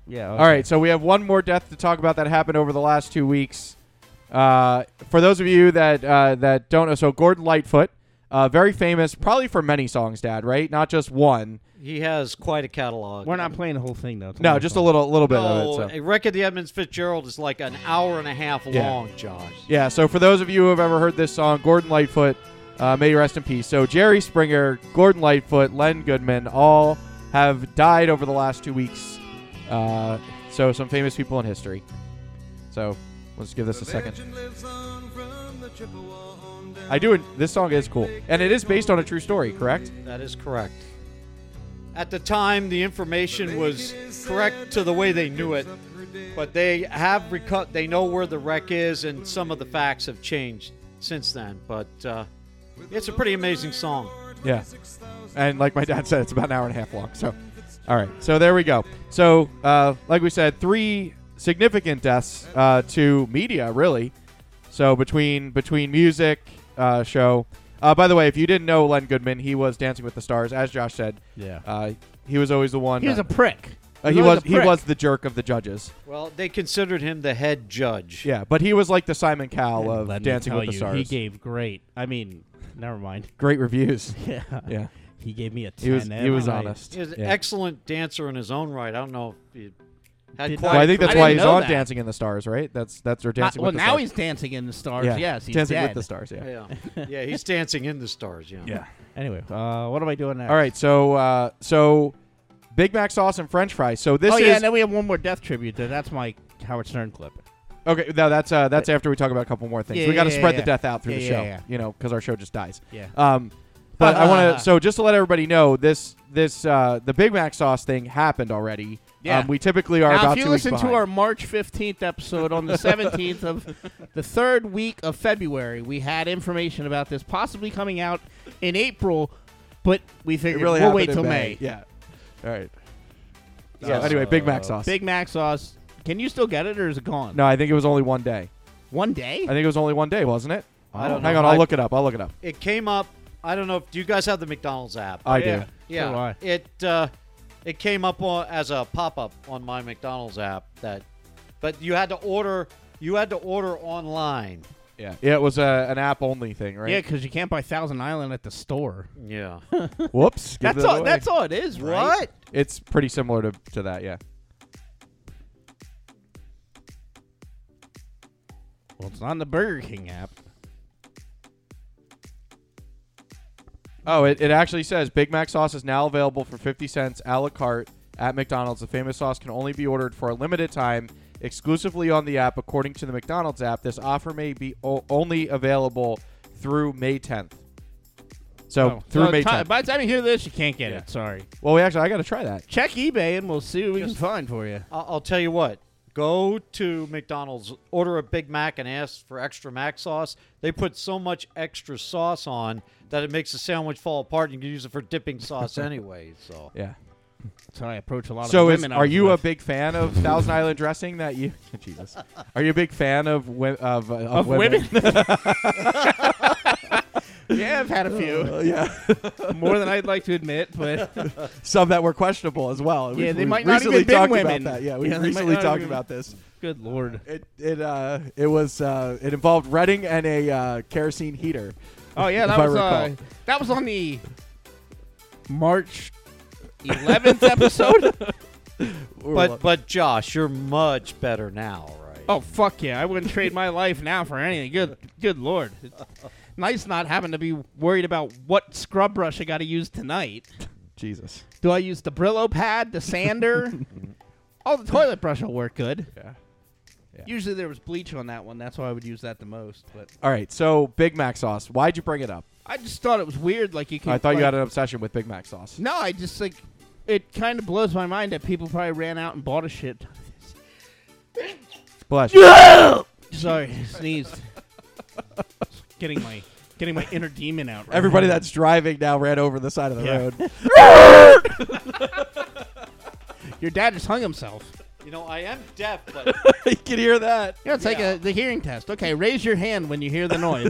Yeah. All right, so we have one more death to talk about that happened over the last two weeks. Uh, for those of you that uh, that don't know, so Gordon Lightfoot, uh, very famous, probably for many songs, Dad, right? Not just one. he has quite a catalog. We're not playing the whole thing though. It's No, only just a song. little little bit of No, it. So. Oh, a record the Edmonds Fitzgerald is like an hour and a half Yeah. long, Josh. Yeah, so for those of you who have ever heard this song, Gordon Lightfoot, uh, may you rest in peace. So Jerry Springer, Gordon Lightfoot, Len Goodman, all have died over the last two weeks. Uh, so some famous people in history. So let's give this a second. I do. This song is cool, and it is based on a true story, correct? That is correct. At the time, the information was correct to the way they knew it, but they have recut. They know where the wreck is, and some of the facts have changed since then. But uh, it's a pretty amazing song. Yeah. And like my dad said, it's about an hour and a half long. So, all right. So there we go. So, uh, like we said, three significant deaths uh, to media, really. So between between music uh, show. Uh, by the way, if you didn't know Len Goodman, he was Dancing with the Stars, as Josh said. Yeah. Uh, he was always the one. He was uh, a prick. uh, He he was was always a he prick. was the jerk of the judges. Well, they considered him the head judge. Yeah, but he was like the Simon Cowell And of let me Dancing tell with the you, Stars. He gave great. I mean, never mind. Great reviews. Yeah. Yeah. He gave me a ten. He was- he was every night. honest. He was an Yeah. excellent dancer in his own right. I don't know if he had Did quite. Well, I think that's I why didn't he's know on that. Dancing in the Stars, right? That's that's their Dancing well, with the now Stars. he's dancing in the stars. Yeah. Yes, he's Dancing with dead. the Stars. Yeah. Yeah, yeah, he's dancing in the stars. Yeah. Yeah. Anyway, uh, what am I doing now? All right, so uh, so Big Mac sauce and French fries. So this oh is yeah, and then we have one more death tribute. though. That's my Howard Stern clip. okay. No, that's uh, that's after we talk about a couple more things. Yeah, we got to yeah, spread yeah, the death out through yeah. the Yeah, show, yeah, yeah. you know, because our show just dies. Yeah. Um, but I want to. So just to let everybody know, this this uh, the Big Mac sauce thing happened already. Um, we typically are Now, about If you two weeks listen to behind. our March fifteenth episode on the seventeenth of the third week of February, we had information about this possibly coming out in April, but we figured really we'll happened wait in till May. May. Yeah. All right. So anyway, Big Mac sauce. Big Mac sauce. Can you still get it, or is it gone? No, I think it was only one day. One day. I think it was only one day, wasn't it? I don't Hang know. on, I'll I- look it up. I'll look it up. It came up. I don't know if do you guys have the McDonald's app. I Yeah, do. Yeah, so do I. it uh, it came up on, as a pop up on my McDonald's app that, but you had to order. You had to order online. Yeah. Yeah, it was uh, an app only thing, right? Yeah, because you can't buy Thousand Island at the store. Yeah. Whoops. give that's that all. away. That's all it is, right? It's pretty similar to, to that, yeah. Well, it's on the Burger King app. Oh, it, it actually says Big Mac sauce is now available for 50 cents a la carte at McDonald's. The famous sauce can only be ordered for a limited time exclusively on the app, according to the McDonald's app. This offer may be o- only available through May 10th. So, Oh. through So May ti- 10th. by the time you hear this, you can't get it. Sorry. Well, we actually, I got to try that. Check eBay and we'll see what we can find for you. I'll, I'll tell you what. Go to McDonald's, order a Big Mac, and ask for extra Mac sauce. They put so much extra sauce on that it makes the sandwich fall apart, and you can use it for dipping sauce anyway. So Yeah. That's how I approach a lot So, of is, women. I are was you with. a big fan of Thousand Island dressing that you. Jesus. Are you a big fan of, wi- of, uh, of, Of women? yeah, I've had a few. Uh, yeah. more than I'd like to admit, but some that were questionable as well. yeah, they we've might not recently even been talked about women. that. Yeah, we they might recently not talked even- about this. Good lord. It it uh it was uh it involved Redding and a uh, kerosene heater. Oh yeah, if that I was recall. uh, that was on the March 11th episode. but but Josh, you're much better now, right? oh fuck yeah, I wouldn't trade my life now for anything. Good good lord. It's nice not having to be worried about what scrub brush I got to use tonight. Jesus. Do I use the Brillo pad, the sander? oh, the toilet brush will work good. Yeah. Usually there was bleach on that one. That's why I would use that the most. But All right, so Big Mac sauce. Why'd you bring it up? I just thought it was weird. Like you can. I thought you like- had an obsession with Big Mac sauce. No, I just like it kind of blows my mind that people probably ran out and bought a shit. Blush. Sorry, sneezed. getting my getting my inner demon out. right Everybody now. that's driving now ran over the side of the Yeah. Your dad just hung himself. You know, I am deaf, but road. you can hear that. Yeah, it's like a, the hearing test. Okay, raise your hand when you hear the noise.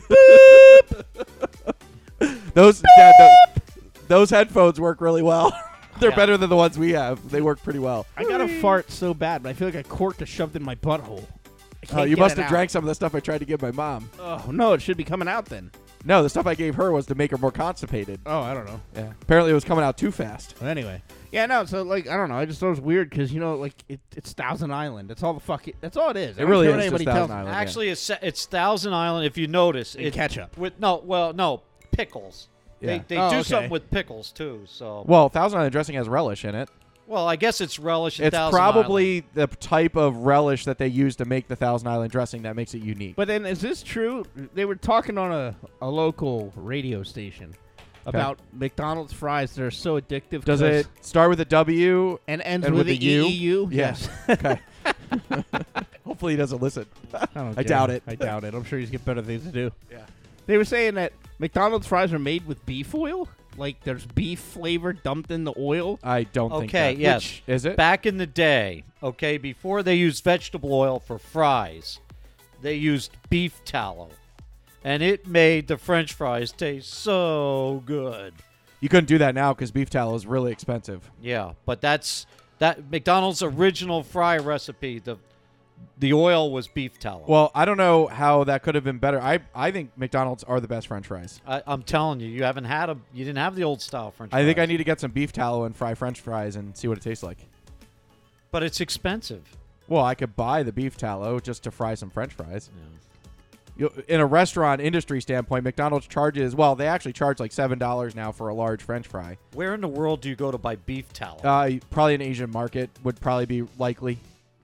Those yeah, tho- those headphones work really well. They're Yeah. better than the ones we have. They work pretty well. Uh, I got a fart so bad, but I feel like a cork just shoved in my butthole. I Oh, can't you get must it have out. drank some of the stuff I tried to give my mom. Oh no, it should be coming out then. No, the stuff I gave her was to make her more constipated. Oh, I don't know. Yeah. Apparently, it was coming out too fast. Anyway, yeah, no. So like, I don't know. I just thought it was weird because you know, like, it, it's Thousand Island. That's all the fuck. It, that's all it is. I It don't really care what is just anybody Thousand tells me. Island. actually, it's it's Thousand Island. If you notice, And it, ketchup. with no, well, no pickles. Yeah. They, they Oh, do okay. something with pickles too. So Well, Thousand Island dressing has relish in it. well, I guess it's relish. and It's Thousand Island. probably the p- type of relish that they use to make the Thousand Island dressing that makes it unique. But then, is this true? They were talking on a, a local radio station about McDonald's fries that are so addictive. Does 'cause- it start with a W And ends and with with, a a E U? EEU? Yes. okay. Hopefully, he doesn't listen. I, don't care. doubt it. I doubt it. I'm sure he's got better things to do. Yeah. They were saying that McDonald's fries are made with beef oil. Like there's beef flavor dumped in the oil. I don't think. Okay, that- yes. Which- is it? Back in the day, okay, before they used vegetable oil for fries, they used beef tallow. And it made the french fries taste so good. You couldn't do that now because beef tallow is really expensive. Yeah, but that's that McDonald's original fry recipe, the the oil was beef tallow. Well, I don't know how that could have been better. I I think McDonald's are the best French fries. I, I'm telling you, you haven't had a you didn't have the old style french I think I fries. need to get some beef tallow and fry French fries and see what it tastes like. but it's expensive. Well, I could buy the beef tallow just to fry some French fries. You- In a restaurant industry standpoint, McDonald's charges well. They actually charge like seven dollars now for a large French fry. Where in the world do you go to buy beef tallow? Uh, probably an Asian market would probably be likely.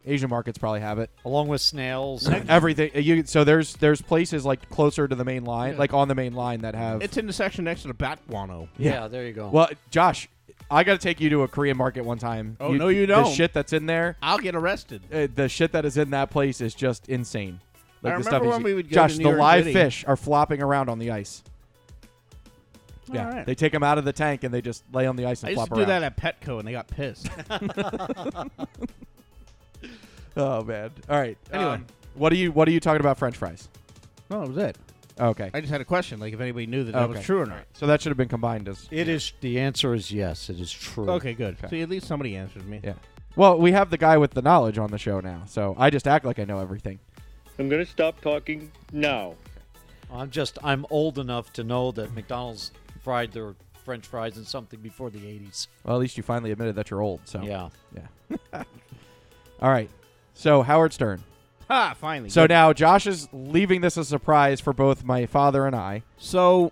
Asian markets probably have it. Along with snails. Everything you so there's there's places like closer to the main line, like on the main line that have. It's in the section next to the bat guano. Yeah, there you go. Well, Josh, I got to take you to a Korean market one time. Oh, no, you don't. The shit that's in there, I'll get arrested. uh, the shit that is in that place is just insane. I the remember you when see- we would go Josh, to New the York live City. fish are flopping around on the ice. Yeah, All right. they take them out of the tank and they just lay on the ice and I used flop to do around. that at Petco, and they got pissed. Oh man! All right. Anyway. um, what are you what are you talking about? French fries. no, that was it. Okay. I just had a question, like if anybody knew that that was Okay. true or not. So that should have been combined as. It is. The answer is yes. It is true. Okay, good. See, at least somebody answered me. Yeah. Well, we have the guy with the knowledge on the show now, so I just act like I know everything. I'm going to stop talking now. I'm just I'm old enough to know that McDonald's fried their French fries in something before the 80s. Well, at least you finally admitted that you're old. So Yeah. yeah. All right. So Howard Stern. Ha! Finally. So Good. now Josh is leaving this a surprise for both my father and I So,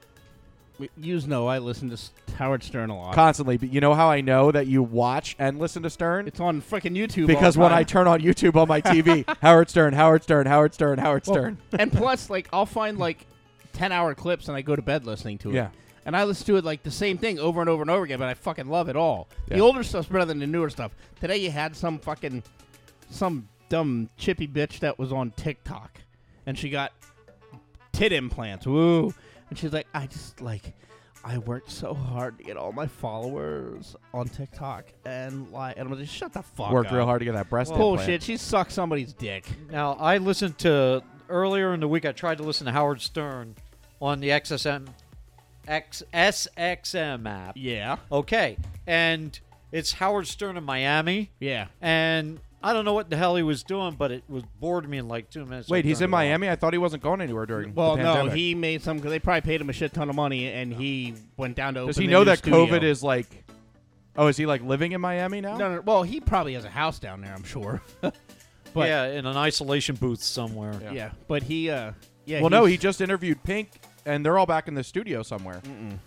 y- you know, I listen to S- Howard Stern a lot. constantly. But you know how I know that you watch and listen to Stern? It's on freaking YouTube. because all the when time. I turn on YouTube on my TV, Howard Stern, Howard Stern, Howard Stern, Howard Well, Stern. and plus, like, I'll find like ten-hour clips, and I go to bed listening to it. Yeah. And I listen to it like the same thing over and over and over again, but I fucking love it all. The Yeah. older stuff's better than the newer stuff. Today you had some fucking some dumb chippy bitch that was on TikTok, and she got tit implants. Woo! And she's like, I just like, I worked so hard to get all my followers on TikTok, and like, and I'm like, shut the fuck. Worked up. real hard to get that breast Bullshit. implant. She sucked somebody's dick. Now, I listened to earlier in the week I tried to listen to Howard Stern on the XSM X, SXM app. Yeah. Okay. And it's Howard Stern in Miami. Yeah. And I don't know what the hell he was doing, but it was bored me in like 2 minutes. Wait, I he's turned in it off. Miami? I thought he wasn't going anywhere during Well, the no, pandemic. he made some. They probably paid him a shit ton of money, and he went down to. Does open he the know new that studio. COVID is like? Oh, is he like living in Miami now? No, no. Well, he probably has a house down there. I'm sure. but yeah. yeah, in an isolation booth somewhere. but he. uh Yeah. well, no, he's- he just interviewed Pink, and they're all back in the studio somewhere. Mm-mm.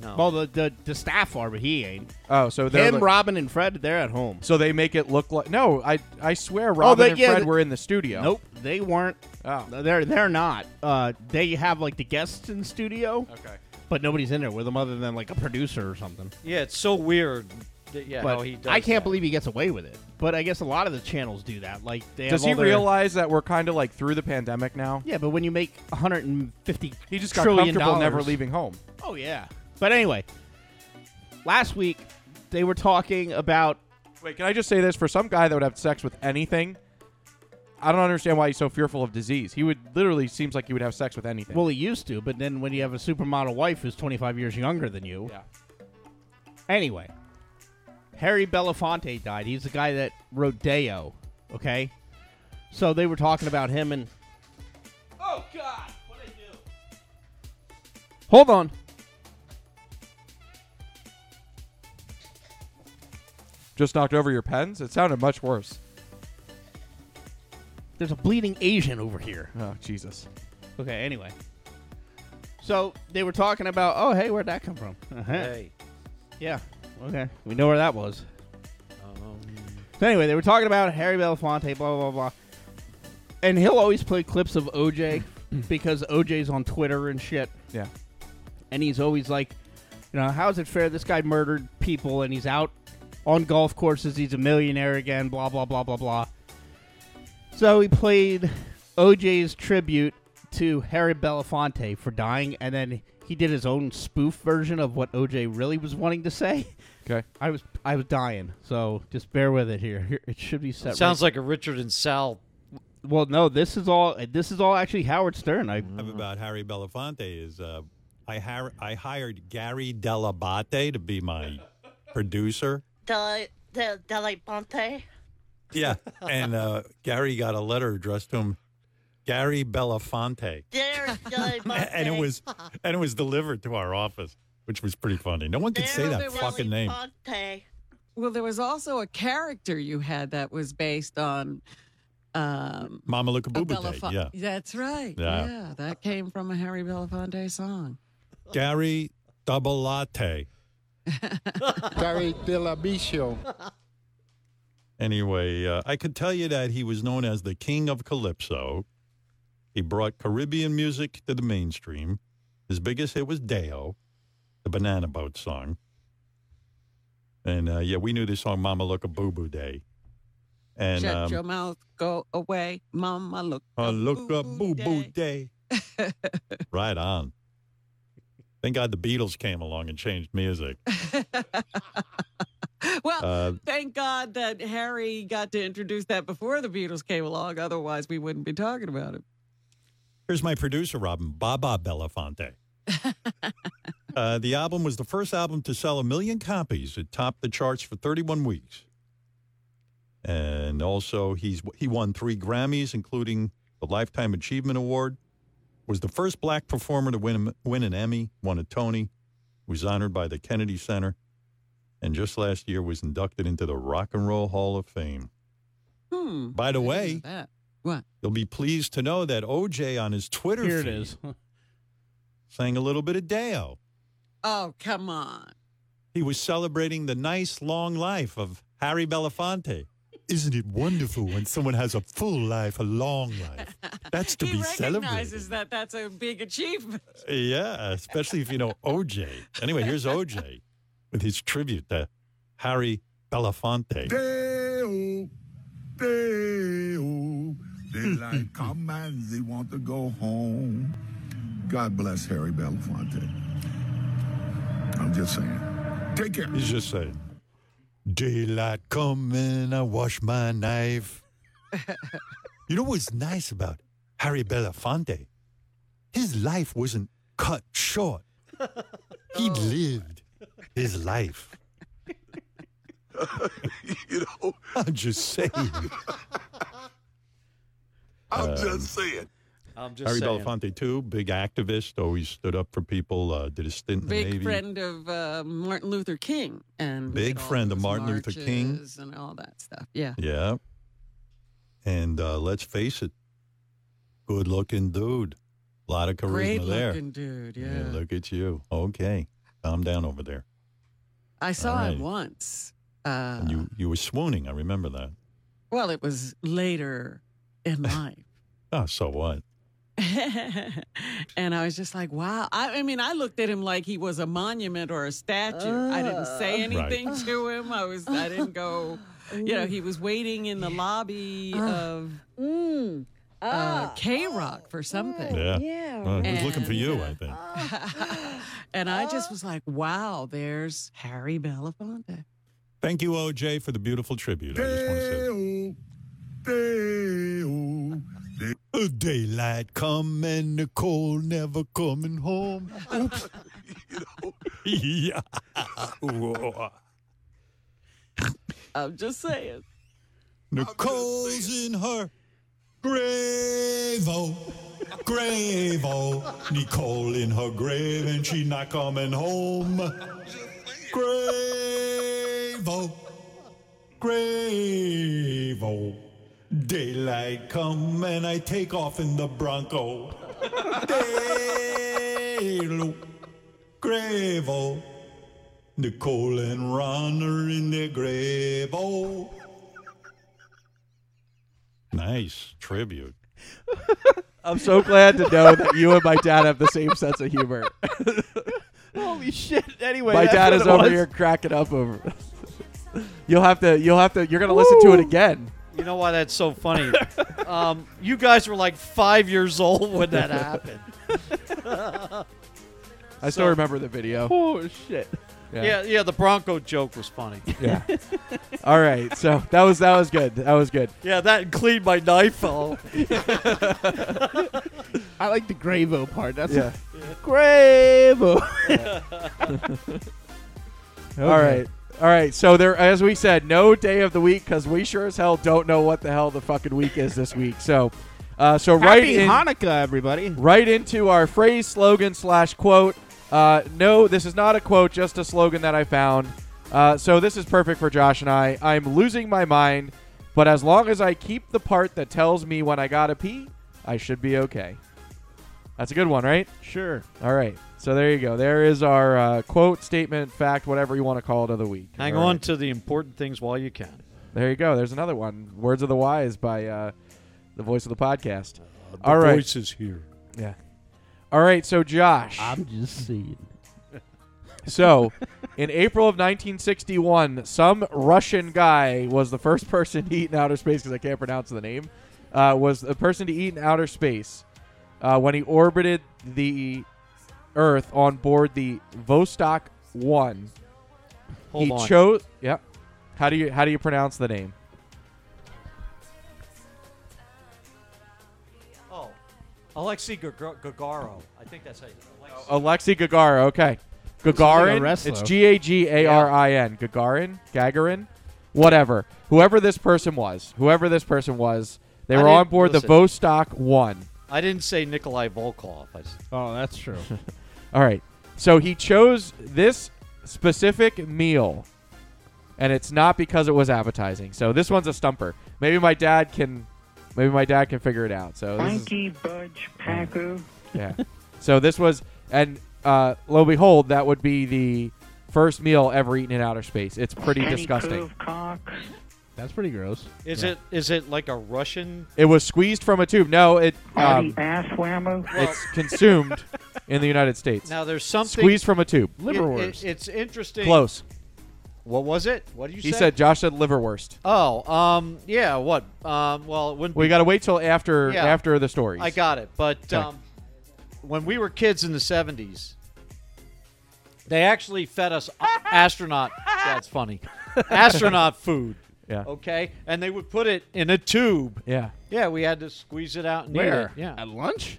No. Well, the, the the staff are, but he ain't. Oh, so they're Him, like- Robin, and Fred, they're at home. Oh, So they make it look like no. I I swear, Robin they- and yeah, Fred th- were in the studio. Nope, they weren't. Oh. They're they're not. Uh, they have like the guests in the studio. Okay. But nobody's in there with them other than like a producer or something. Yeah, it's so weird. That, yeah, but how he does I that. can't believe he gets away with it. But I guess a lot of the channels do that. Like they Does have he all their- realize that we're kind of like through the pandemic now? Yeah, but when you make 150 He just got trillion comfortable dollars, never leaving home. Oh yeah. But anyway, last week they were talking about Wait, can I just say this for some guy that would have sex with anything? I don't understand why he's so fearful of disease. He would literally seems like he would have sex with anything. well, he used to, but then when you have a supermodel wife who's 25 years younger than you. Yeah. Anyway, Harry Belafonte died. He's the guy that wrote Deo. Okay. So they were talking about him and Oh God! What I do? Hold on. Just knocked over your pens. It sounded much worse. There's a bleeding Asian over here. Oh Jesus! Okay, anyway. So they were talking about, oh, hey, where'd that come from? Hey. Yeah. Okay. We know where that was. So anyway, they were talking about Harry Belafonte, blah, blah, blah. And he'll always play clips of OJ because OJ's on Twitter and shit. Yeah. And he's always like, you know, how's it fair? This guy murdered people and he's out on golf courses. He's a millionaire again, blah, blah, blah, blah, blah. So he played OJ's tribute to Harry Belafonte for dying, and then he did his own spoof version of what OJ really was wanting to say. Okay. I was I was dying, so just bear with it here. Here- It should be set. Sounds right- like a Richard and Sal. Well, no, this is all. This is all actually Howard Stern. I about Harry Belafonte is uh, I, har- I hired Gary Delabate to be my producer. Del, Del, Delibante. Yeah, and uh, Gary got a letter addressed to him, Gary Belafonte, There's Delibante. and it was and it was delivered to our office, which was pretty funny. No one could say that fucking name. Well, there was also a character you had that was based on. Um, Mama Luca a Bubate, Belafo- yeah. That's right. Yeah. Yeah. that came from a Harry Belafonte song. Gary Double Latte. Gary Delabicio. Anyway, uh, I could tell you that he was known as the king of calypso. He brought Caribbean music to the mainstream. His biggest hit was Deo, the banana boat song. And uh, yeah, we knew this song, Mama Look a Boo Boo Day. And Shut your um, mouth, go away, mama. Look, a look a boo boo day. right on. Thank God the Beatles came along and changed music. well, Uh, thank God that Harry got to introduce that before the Beatles came along. Otherwise, we wouldn't be talking about it. Here's my producer, Robin Baba Belafonte. uh, the album was the first album to sell a million copies. It topped the charts for 31 weeks. And also, he's he won three Grammys, including the Lifetime Achievement Award. was the first black performer to win, a- win an Emmy, won a Tony, was honored by the Kennedy Center, and just last year was inducted into the Rock and Roll Hall of Fame. Hmm. By the way, That. What? You'll be pleased to know that OJ on his Twitter Here it feed sang a little bit of Deo. Oh, come on. He was celebrating the nice long life of Harry Belafonte. Isn't it wonderful when someone has a full life, a long life? That's to he be celebrated. recognizes that that's a big achievement. Yeah, especially if you know OJ. Anyway, here's OJ with his tribute to Harry Belafonte. Deo, Deo. They like come and they want to go home. God bless Harry Belafonte. I'm just saying. Take care. He's just saying, Daylight come and I wash my knife. you know what's nice about Harry Belafonte? His life wasn't cut short. He Oh. lived his life. you know, I'm just saying. I'm Um, just saying. I'm Harry Belafonte, too, big activist, always stood up for people, uh, did a stint in the Big Navy. friend of uh, Martin Luther King and Big all friend of those Martin Luther King. marches and all that stuff. Yeah. Yeah. And uh, let's face it, good looking dude. A lot of charisma Great there. looking dude. Yeah. Look at you. Okay. Calm down over there. I saw All him right. once. Uh, You you were swooning. I remember that. well, it was later in life. Oh, so what? and I was just like, wow. I, I mean, I looked at him like he was a monument or a statue. I didn't say Uh. Right. anything to him. I was, I didn't go, you know, he was waiting in the lobby of uh, K Rock for something. Mm. Yeah. Well, he was looking for you, I think. And I just was like, wow, there's Harry Belafonte. Thank you, OJ, for the beautiful tribute. I just want to say. A daylight come and the cold never coming home. Oops. yeah. I'm just saying. Nicole's in her grave. Oh, grave. Oh, Nicole in her grave, and she not coming home. Grave. Oh, grave. Oh, daylight come, and I take off in the Bronco. Daylo, grave. Oh, Nicole and Ron are in their grave. Oh. Nice tribute. I'm so glad to know that you and my dad have the same sense of humor. Holy shit! Anyway, my that's dad what is it over was. here cracking up over. you'll have to. You'll have to. You're gonna listen to it Woo. again. You know why that's so funny? um, you guys were like five years old when that happened. I still remember the video. Oh shit! Yeah. yeah, the Bronco joke was funny. Yeah. All right. So that was that was good. That was good. Yeah, that and clean my knife out. I like the Gravo part. That's Yeah. Gravo. All right. All right. So there, as we said, no day of the week because we sure as hell don't know what the hell the fucking week is this week. So, uh, so right Happy in, Hanukkah, everybody. right into our phrase, slogan slash quote. Uh, no, this is not a quote, just a slogan that I found. Uh, so this is perfect for Josh and I. I'm losing my mind, but as long as I keep the part that tells me when I gotta pee, I should be okay. That's a good one, right? Sure. All right. So there you go. There is our uh, quote, statement, fact, whatever you want to call it of the week. Hang All on right. to the important things while you can. There you go. There's another one. Words of the Wise by uh, the voice of the podcast. Uh, The All right. voice is here. Yeah. All right. So Josh. I'm just seeing. So, in April of 1961, some Russian guy was the first person to eat in outer space because I can't pronounce the name. Uh, was the person to eat in outer space uh, when he orbited the Earth on board the Vostok One. Hold he on. chose. Yep. How do you how do you pronounce the name? Oh, Alexei Gagaro. I think that's how you Alexei Gagarin. Okay. a Gagarin. wrestler. it's G A G A R I N. Gagarin. Gagarin. Whatever. Whoever this person was. Whoever this person was. They I were didn't- on board listen. the Vostok 1. I didn't say Nikolai Volkov. I s- Oh, that's true. All right. So he chose this specific meal, and it's not because it was appetizing. So this one's a stumper. Maybe my dad can, maybe my dad can figure it out. So this is- Frankie Budge Packer. yeah. So this was, and uh, lo and behold, that would be the first meal ever eaten in outer space. It's pretty disgusting. That's pretty gross. Is Yeah. it is it like a Russian? It was squeezed from a tube. No, it. Um, Asswammer. it's consumed in the United States. Now there's something squeezed from a tube. It- it- it's interesting. Close. What was it? What did you He say? said Josh said liverwurst. Oh, um, yeah. What? Um, well, it wouldn't. We be- got to wait till after Yeah. after the stories. I got it. But Okay. um, when we were kids in the 70s, they actually fed us a- astronaut. That's funny. Astronaut food. Yeah. Okay. And they would put it in a tube. Yeah. Yeah. We had to squeeze it out and Where? eat it. Yeah. At lunch?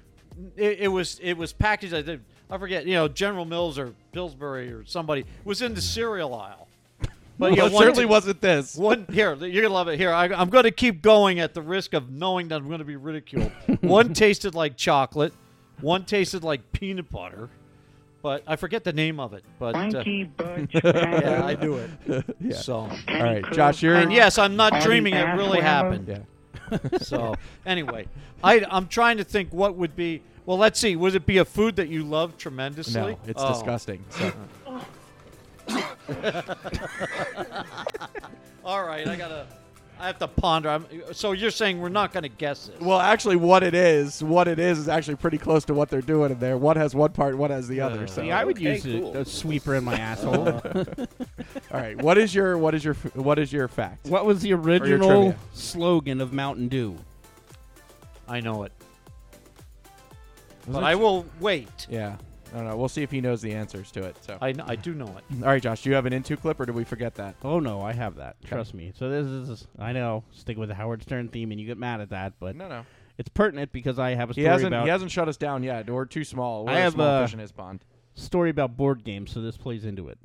It, it was it was packaged. I, think- I forget. You know, General Mills or Pillsbury or somebody was in the cereal aisle. But Well, yeah, it one- certainly wasn't this. One here, you're gonna love it. Here, I, I'm going to keep going at the risk of knowing that I'm going to be ridiculed. one tasted like chocolate. One tasted like peanut butter. But I forget the name of it. But uh, Funky Bunch yeah, I do it. Yeah. So, All right, Josh, you're. and yes, I'm not Patty dreaming. It really Aswammer. happened. Yeah. so anyway, I I'm trying to think what would be. Well, let's see. Would it be a food that you love tremendously? No, it's Oh. disgusting. So. All right, I gotta. I have to ponder. I'm, so you're saying we're not gonna guess it? Well, actually, what it is, what it is, is actually pretty close to what they're doing in there. One has one part, one has the other. So See, I would use a- a, sweeper in my asshole. All right, what is your what is your f- what is your fact? What was the original trivia. slogan of Mountain Dew? I know it. Was But it- I will wait. Yeah, I don't know. We'll see if he knows the answers to it. So I, kn- I do know it. All right, Josh, do you have an into clip or do we forget that? Oh no, I have that. Trust me. So this is I know stick with the Howard Stern theme, and you get mad at that, but No, no. it's pertinent because I have a He story hasn't about he hasn't shut us down yet. We're too small. We're I a have small a fish in his pond. story about board games, so this plays into it.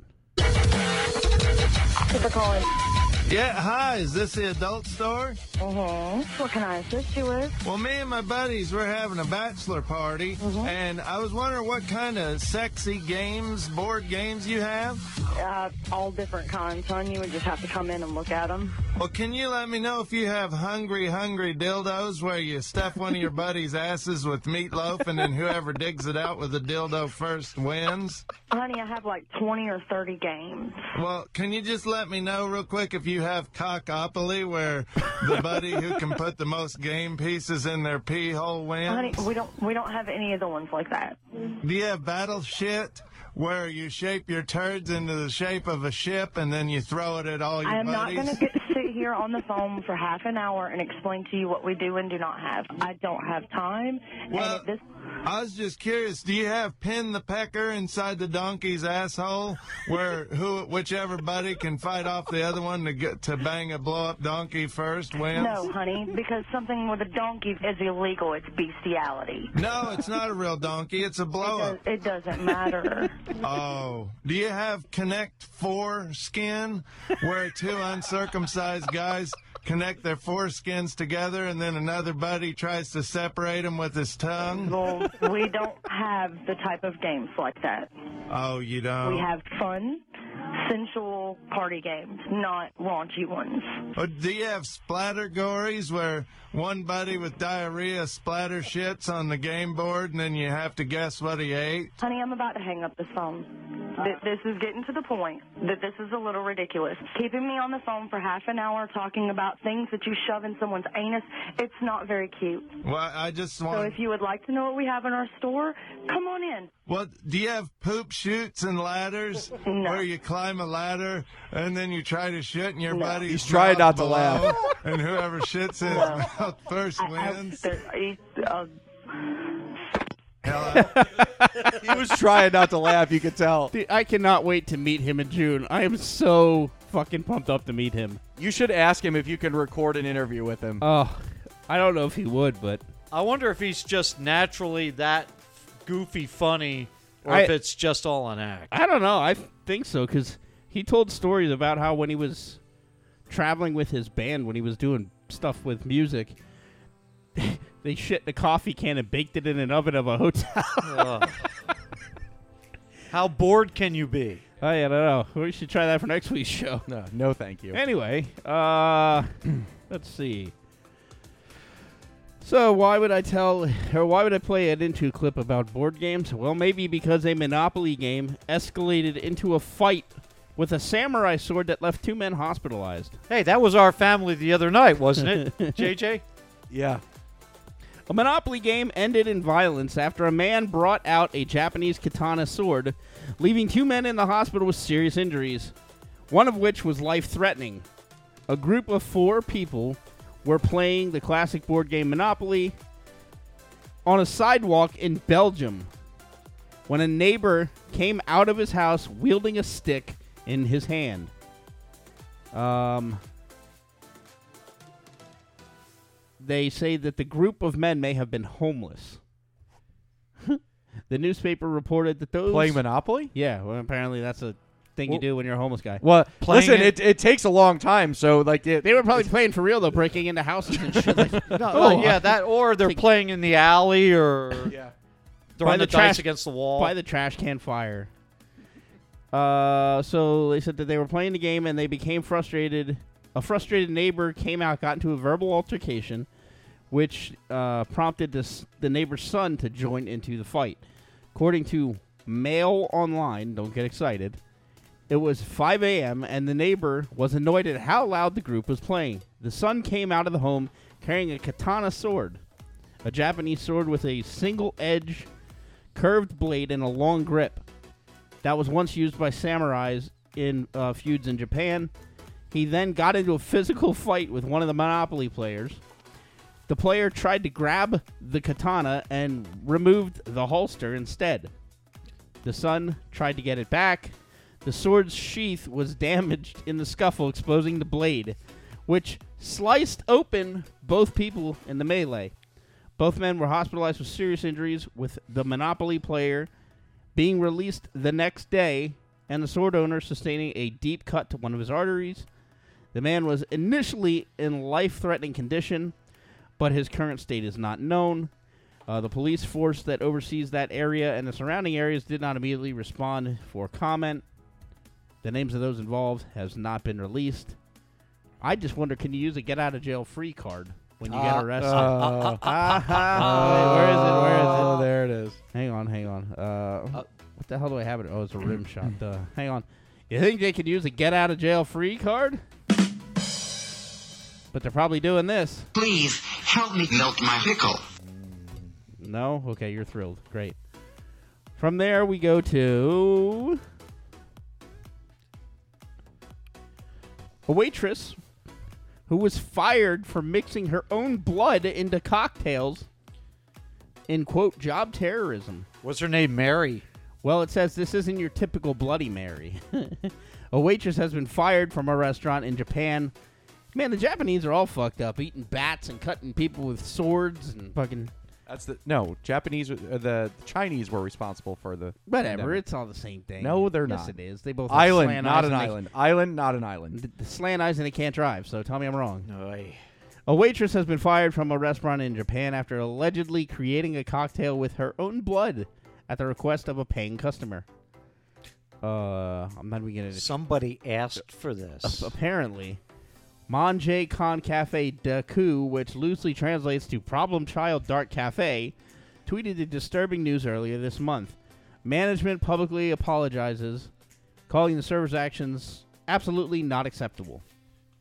Yeah, hi, is this the adult store? Uh-huh. What can I assist you with? Well, me and my buddies, we're having a bachelor party, and I was wondering what kind of sexy games, board games you have? Uh, all different kinds, hon. You would just have to come in and look at them. Well, can you let me know if you have hungry, hungry dildos where you stuff one of your buddies' asses with meatloaf, and then whoever digs it out with the dildo first wins? Honey, I have like 20 or 30 games. Well, can you just let me know real quick if you have cockopoly, where the buddy who can put the most game pieces in their pee hole wins? Honey, we don't we don't have any of the ones like that. Do you have battle shit, where you shape your turds into the shape of a ship and then you throw it at all your I am not buddies? going to get sit here on the phone for half an hour and explain to you what we do and do not have. I don't have time. Well, I was just curious. Do you have pin the pecker inside the donkey's asshole, where who whichever buddy can fight off the other one to get to bang a blow up donkey first wins? No, honey, because something with a donkey is illegal. It's bestiality. No, it's not a real donkey. It's a blow up. It doesn't matter. Oh, do you have Connect Four skin, where two uncircumcised guys connect their foreskins together, and then another buddy tries to separate them with his tongue? well, we don't have the type of games like that. Oh, you don't. We have fun, sensual party games, not raunchy ones. Oh, do you have splatter gories where one buddy with diarrhea splatter shits on the game board and then you have to guess what he ate? Honey, I'm about to hang up this phone. Th- This is getting to the point that this is a little ridiculous. Keeping me on the phone for half an hour talking about things that you shove in someone's anus, it's not very cute. Well, I just So want. if you would like to know what we have in our store, come on in. What do you have poop shoots and ladders where you climb a ladder and then you try to shit and your buddy He's trying not to laugh. and whoever shits in No. his mouth first I- wins. there- I- uh, he was trying not to laugh. You could tell. Dude, I cannot wait to meet him in June. I am so fucking pumped up to meet him. You should ask him if you can record an interview with him. Oh, I don't know if he would, but I wonder if he's just naturally that goofy funny, or I- if it's just all an act. I don't know. I think so because he told stories about how when he was traveling with his band, when he was doing stuff with music, They shit in a coffee can and baked it in an oven of a hotel. How bored can you be? Oh, I don't know. We should try that for next week's show. No, no, thank you. Anyway, uh, let's see. So why would I tell or why would I play an into clip about board games? Well, maybe because a Monopoly game escalated into a fight with a samurai sword that left two men hospitalized. Hey, that was our family the other night, wasn't it, JJ? Yeah. A Monopoly game ended in violence after a man brought out a Japanese katana sword, leaving two men in the hospital with serious injuries, one of which was life threatening. A group of four people were playing the classic board game Monopoly on a sidewalk in Belgium when a neighbor came out of his house wielding a stick in his hand. Um, they say that the group of men may have been homeless. the newspaper reported that those Playing Monopoly? Yeah, well, apparently that's a thing you Well- do when you're a homeless guy. Well, listen, it. It, takes a long time, so like it, they were probably playing for real though, breaking into houses and shit. Like, Oh, yeah, that or they're playing in the alley or throwing By the, dice against the wall. By the trash can fire. Uh, so they said that they were playing the game and they became frustrated. A frustrated neighbor came out, got into a verbal altercation, which uh, prompted this, the neighbor's son to join into the fight. According to Mail Online, don't get excited. It was 5 a.m., and the neighbor was annoyed at how loud the group was playing. The son came out of the home carrying a katana sword, a Japanese sword with a single edge, curved blade, and a long grip that was once used by samurais in uh, feuds in Japan. He then got into a physical fight with one of the Monopoly players. The player tried to grab the katana and removed the holster instead. The son tried to get it back. The sword's sheath was damaged in the scuffle, exposing the blade, which sliced open both people in the melee. Both men were hospitalized with serious injuries, with the Monopoly player being released the next day and the sword owner sustaining a deep cut to one of his arteries. The man was initially in life threatening condition, but his current state is not known. Uh, the police force that oversees that area and the surrounding areas did not immediately respond for comment. The names of those involved has not been released. I just wonder, can you use a get out of jail free card when you Ah, get arrested? uh, Ah, wait, oh, where is it? Where is it? there it is. Hang on, hang on. Uh, what the hell do I have it? Oh, it's a rim shot. Duh. Hang on. You think they could use a get out of jail free card? But they're probably doing this. Please help me melt my pickle. No? Okay, you're thrilled. Great. From there, we go to. A waitress who was fired for mixing her own blood into cocktails in, quote, job terrorism. What's her name? Mary. Well, it says this isn't your typical Bloody Mary. a waitress has been fired from a restaurant in Japan. Man, the Japanese are all fucked up, eating bats and cutting people with swords and fucking. That's the no Japanese. Uh, the Chinese were responsible for the Whatever, pandemic. it's all the same thing. No, they're Yes, not. it is. They both have island, slant not eyes an and they- island. Island, not an island. The slant eyes and they can't drive, so tell me I'm wrong. A waitress has been fired from a restaurant in Japan after allegedly creating a cocktail with her own blood at the request of a paying customer. Uh, I'm not even gonna. Somebody asked for this. Ap- apparently. Manje Con Cafe Daku, which loosely translates to Problem Child Dark Cafe, tweeted the disturbing news earlier this month. Management publicly apologizes, calling the server's actions absolutely not acceptable.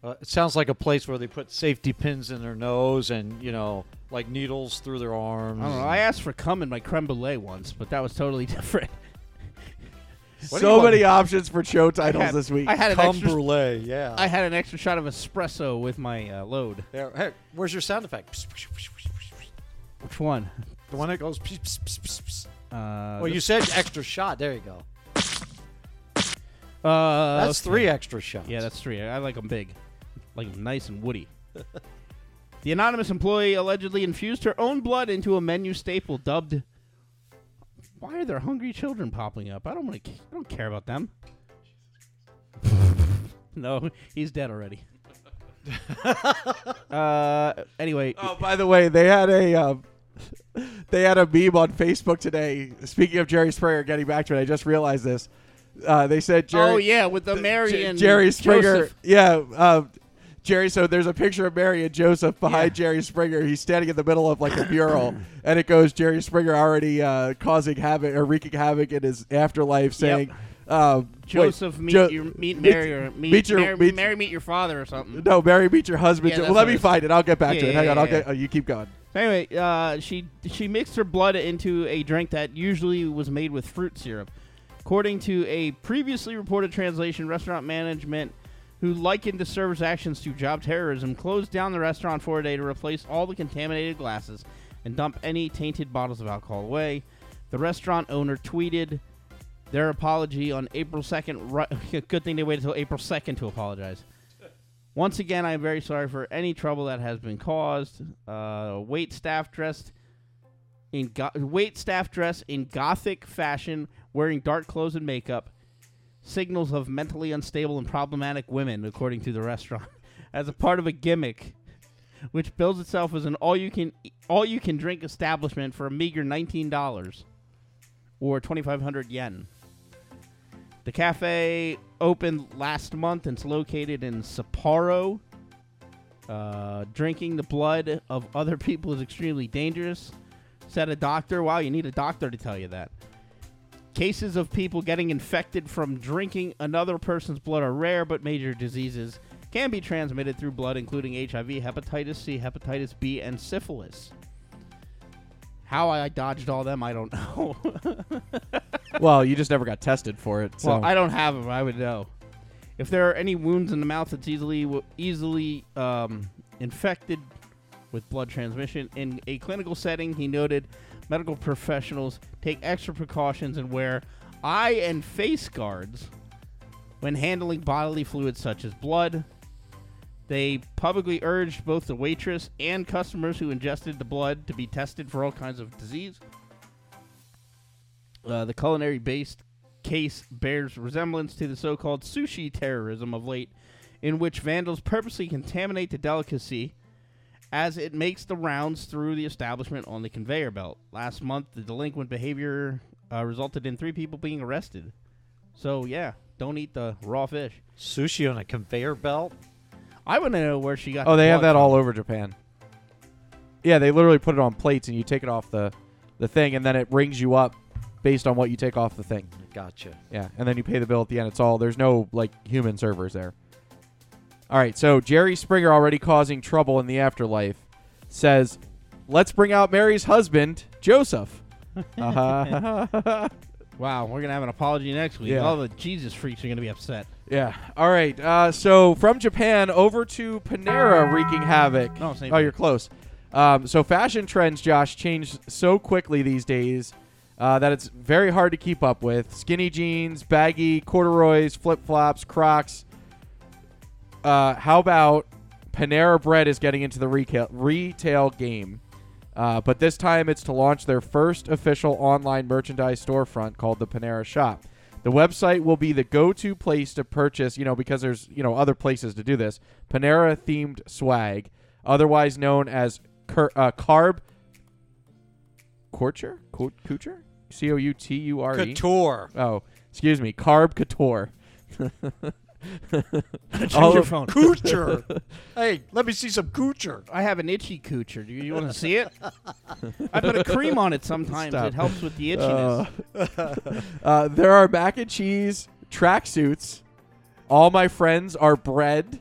Uh, it sounds like a place where they put safety pins in their nose and you know, like needles through their arms. I don't know. I asked for cum in my creme brulee once, but that was totally different. What do you So want? many options for show titles I had- this week. I had an Cum extra, brulee, yeah. I had an extra shot of espresso with my uh, load. There, hey, where's your sound effect? Which one? The one that goes. Pss, pss, pss, pss, pss. Uh, well, you said extra shot. There you go. Uh, That's three extra shots. Yeah, that's three. I like them big, like 'em nice and woody. the anonymous employee allegedly infused her own blood into a menu staple dubbed. Why are there hungry children popping up? I don't want to. I don't care about them. no, he's dead already. Uh, anyway. Oh, by the way, they had a um, they had a meme on Facebook today. Speaking of Jerry Springer, getting back to it, I just realized this. Uh, they said Jerry. oh yeah, with the Mary J- and Jerry Springer. Joseph. Yeah, um, Jerry. So there's a picture of Mary and Joseph behind Jerry Springer. He's standing in the middle of like a mural, and it goes Jerry Springer already uh, causing havoc or wreaking havoc in his afterlife, saying. Um, wait, Joseph, meet Jo- your meet Mary or meet, your- Mary, meet- Mary, meet your father or something. no, Mary, meet your husband. Yeah, Jo- that's well, let what me it is. find it. I'll get back Yeah, to it. yeah, Hang on. yeah, I'll get. yeah. Oh, you keep going. Anyway, uh, she she mixed her blood into a drink that usually was made with fruit syrup. According to a previously reported translation, restaurant management, who likened the server's actions to job terrorism, closed down the restaurant for a day to replace all the contaminated glasses and dump any tainted bottles of alcohol away. The restaurant owner tweeted their apology on April 2nd. Ri- Good thing they waited until April 2nd to apologize. Once again, I am very sorry for any trouble that has been caused. Uh, wait staff dressed in go- wait staff dressed in gothic fashion, wearing dark clothes and makeup, signals of mentally unstable and problematic women, according to the restaurant, as a part of a gimmick, which bills itself as an all you can all you can drink establishment for a meager nineteen dollars, or twenty five hundred yen. The cafe opened last month and it's located in Sapporo. Uh, drinking the blood of other people is extremely dangerous, said a doctor. Wow, you need a doctor to tell you that. Cases of people getting infected from drinking another person's blood are rare, but major diseases can be transmitted through blood, including HIV, hepatitis C, hepatitis B, and syphilis. How I dodged all them, I don't know. Well, you just never got tested for it. So. Well, I don't have them. I would know. If there are any wounds in the mouth, it's easily w- easily um, infected with blood transmission. In a clinical setting, he noted, medical professionals take extra precautions and wear eye and face guards when handling bodily fluids such as blood. They publicly urged both the waitress and customers who ingested the blood to be tested for all kinds of disease. Uh, the culinary based case bears resemblance to the so called sushi terrorism of late, in which vandals purposely contaminate the delicacy as it makes the rounds through the establishment on the conveyor belt. Last month, the delinquent behavior uh, resulted in three people being arrested. So, yeah, don't eat the raw fish. Sushi on a conveyor belt? I want to know where she got Oh, the they have blood that from. all over Japan. Yeah, they literally put it on plates and you take it off the, the thing and then it rings you up based on what you take off the thing. Gotcha. Yeah, and then you pay the bill at the end. It's all there's no like human servers there. All right, so Jerry Springer already causing trouble in the afterlife says, "Let's bring out Mary's husband, Joseph." Uh-huh. wow, we're going to have an apology next week. Yeah. All the Jesus freaks are going to be upset. yeah. All right. Uh, so from Japan over to Panera wreaking havoc. No, same oh, thing. you're close. Um, so fashion trends, Josh, change so quickly these days uh, that it's very hard to keep up with. Skinny jeans, baggy corduroys, flip flops, Crocs. Uh, how about Panera Bread is getting into the retail retail game, uh, but this time it's to launch their first official online merchandise storefront called the Panera Shop. The website will be the go-to place to purchase, you know, because there's you know other places to do this. Panera themed swag, otherwise known as cur- uh, carb Couture? Cou- Couture? C O U T U R E. Couture. Oh, excuse me. Carb Couture. Check your phone. Couture. hey, let me see some coocher. I have an itchy coocher. Do you want to see it? I put a cream on it sometimes. Stop. It helps with the itchiness. Uh, uh, there are mac and cheese tracksuits. All my friends are bread,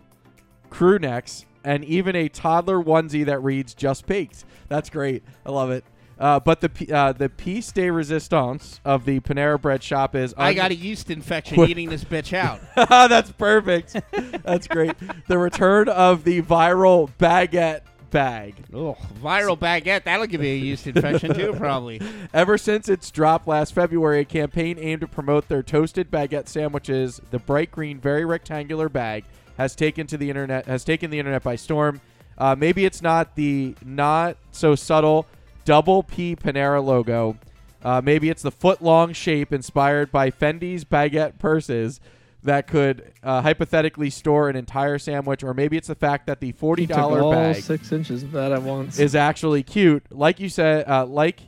crew necks, and even a toddler onesie that reads "Just Baked." That's great. I love it. Uh, but the p- uh, the piece de resistance of the Panera Bread shop is I un- got a yeast infection Quick- eating this bitch out. That's perfect. That's great. The return of the viral baguette bag. Oh, viral baguette. That'll give you a yeast infection too, probably. Ever since its drop last February, a campaign aimed to promote their toasted baguette sandwiches, the bright green, very rectangular bag has taken to the internet has taken the internet by storm. Uh, maybe it's not the not so subtle double P Panera logo. Uh, maybe it's the foot long shape inspired by Fendi's baguette purses that could uh, hypothetically store an entire sandwich, or maybe it's the fact that the forty He took dollar all bag six inches of that at once. is actually cute. Like you said, uh, like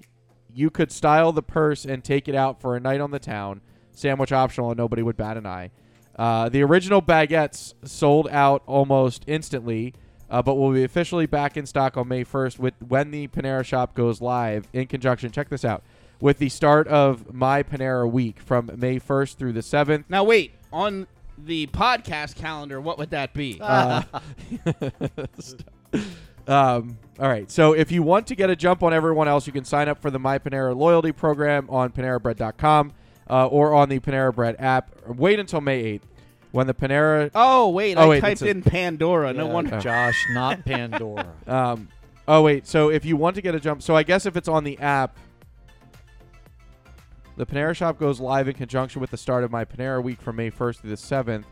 you could style the purse and take it out for a night on the town. Sandwich optional, and nobody would bat an eye. Uh, the original baguettes sold out almost instantly, uh, but will be officially back in stock on May 1st with when the Panera shop goes live in conjunction. Check this out with the start of My Panera Week from May 1st through the 7th. Now wait, on the podcast calendar, what would that be? Uh, um, all right. So if you want to get a jump on everyone else, you can sign up for the My Panera loyalty program on PaneraBread.com uh, or on the Panera Bread app. Wait until May 8th when the Panera. oh wait, I typed that's a- in Pandora. No wonder, Oh. Josh, not Pandora. Um, oh wait. So if you want to get a jump, so I guess if it's on the app, the Panera Shop goes live in conjunction with the start of my Panera Week from May first to the seventh.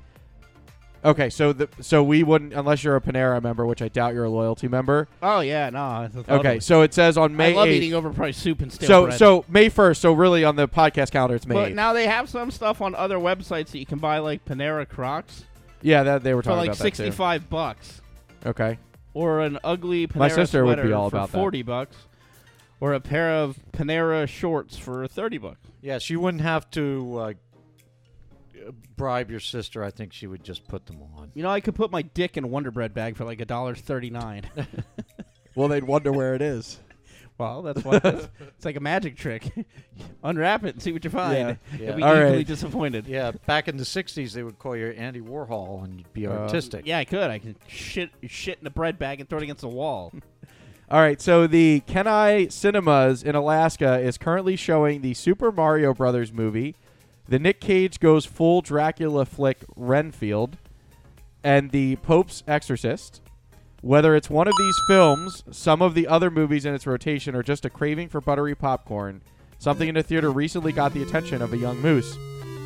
Okay, so the so we wouldn't unless you're a Panera member, which I doubt you're a loyalty member. oh yeah, no. I thought Okay, was- so it says on May. I love 8th eating overpriced soup and stale so bread. so May first. So really on the podcast calendar, it's May. But 8th. now they have some stuff on other websites that you can buy, like Panera Crocs, yeah, that they were for talking like about that too. sixty-five bucks, Okay. or an ugly Panera My sister would be sweater all for about that. forty bucks, or a pair of Panera shorts for thirty bucks. Yes, you wouldn't have to uh, bribe your sister. I think she would just put them on. You know, I could put my dick in a Wonder Bread bag for like a dollar thirty-nine. Well, they'd wonder where it is. well, that's why that's, it's like a magic trick. Unwrap it and see what you find. You'll be All equally right. disappointed. Yeah, back in the '60s, they would call you Andy Warhol, and you'd be artistic. Uh, Yeah, I could. I could shit shit in a bread bag and throw it against the wall. All right, so the Kenai Cinemas in Alaska is currently showing the Super Mario Brothers movie, the Nick Cage goes full Dracula flick Renfield, and the Pope's Exorcist. Whether it's one of these films, some of the other movies in its rotation, or just a craving for buttery popcorn, something in the theater recently got the attention of a young moose.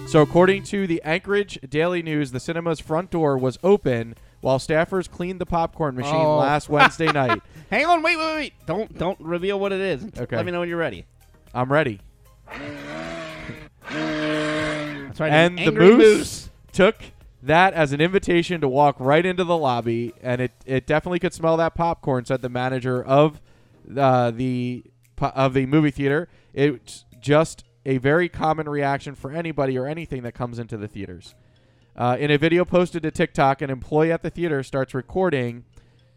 So, according to the Anchorage Daily News, the cinema's front door was open while staffers cleaned the popcorn machine Oh. last Wednesday night. Hang on, wait, wait, wait. Don't don't reveal what it is. Okay. Let me know when you're ready. I'm ready. That's right. and an the angry moose, took that as an invitation to walk right into the lobby, and it, it definitely could smell that popcorn. Said the manager of uh, the po- of the movie theater. It's just a very common reaction for anybody or anything that comes into the theaters. Uh, in a video posted to TikTok, an employee at the theater starts recording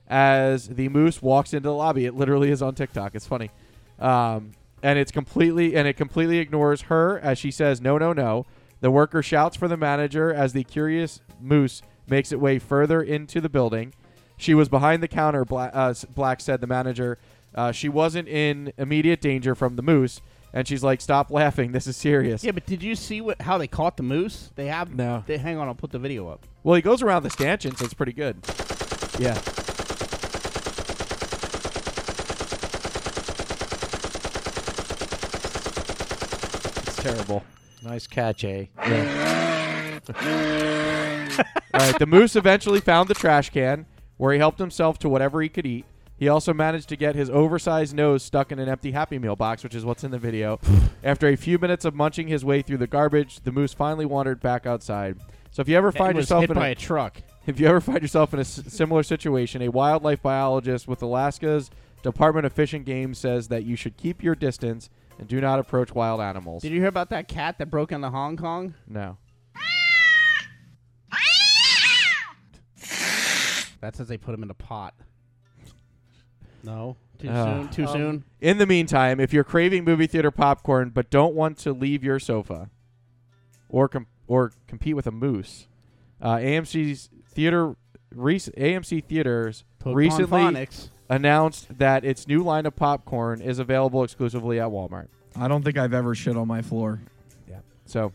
as the moose walks into the lobby. It literally is on TikTok. It's funny. Um, and it's completely and it completely ignores her as she says no no no. The worker shouts for the manager as the curious moose makes its way further into the building. She was behind the counter. Black, uh, s- Black said the manager. Uh, she wasn't in immediate danger from the moose, and she's like, "Stop laughing. This is serious." Yeah, but did you see what how they caught the moose? They have No. They, hang on, I'll put the video up. Well, he goes around the stanchion, so it's pretty good. Yeah. It's terrible. Nice catch, eh? All right, the moose eventually found the trash can where he helped himself to whatever he could eat. He also managed to get his oversized nose stuck in an empty Happy Meal box, which is what's in the video. After a few minutes of munching his way through the garbage, the moose finally wandered back outside. So if you ever That find was yourself hit in by a truck. if you ever find yourself in a s- similar situation, a wildlife biologist with Alaska's Department of Fish and Game says that you should keep your distance and do not approach wild animals. Did you hear about that cat that broke into Hong Kong? No. That says they put him in a pot. No, too Ah. soon. Too Um, soon. In the meantime, if you're craving movie theater popcorn but don't want to leave your sofa or com- or compete with a moose, uh, AMC's theater rec- AMC theaters Pokemon recently Phonics. announced that its new line of popcorn is available exclusively at Walmart. I don't think I've ever shit on my floor. So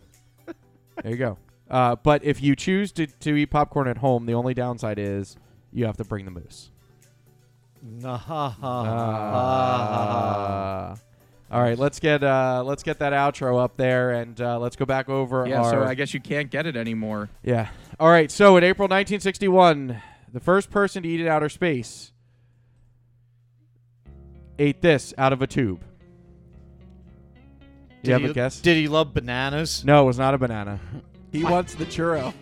there you go. Uh, but if you choose to, to eat popcorn at home, the only downside is you have to bring the moose. Uh, all right, let's get uh, let's get that outro up there, and uh, let's go back over yeah, our. so I guess you can't get it anymore. Yeah. All right. So in April 1961, the first person to eat in outer space ate this out of a tube. Do you have Did a he- guess? Did he love bananas? No, it was not a banana. He wants the churro.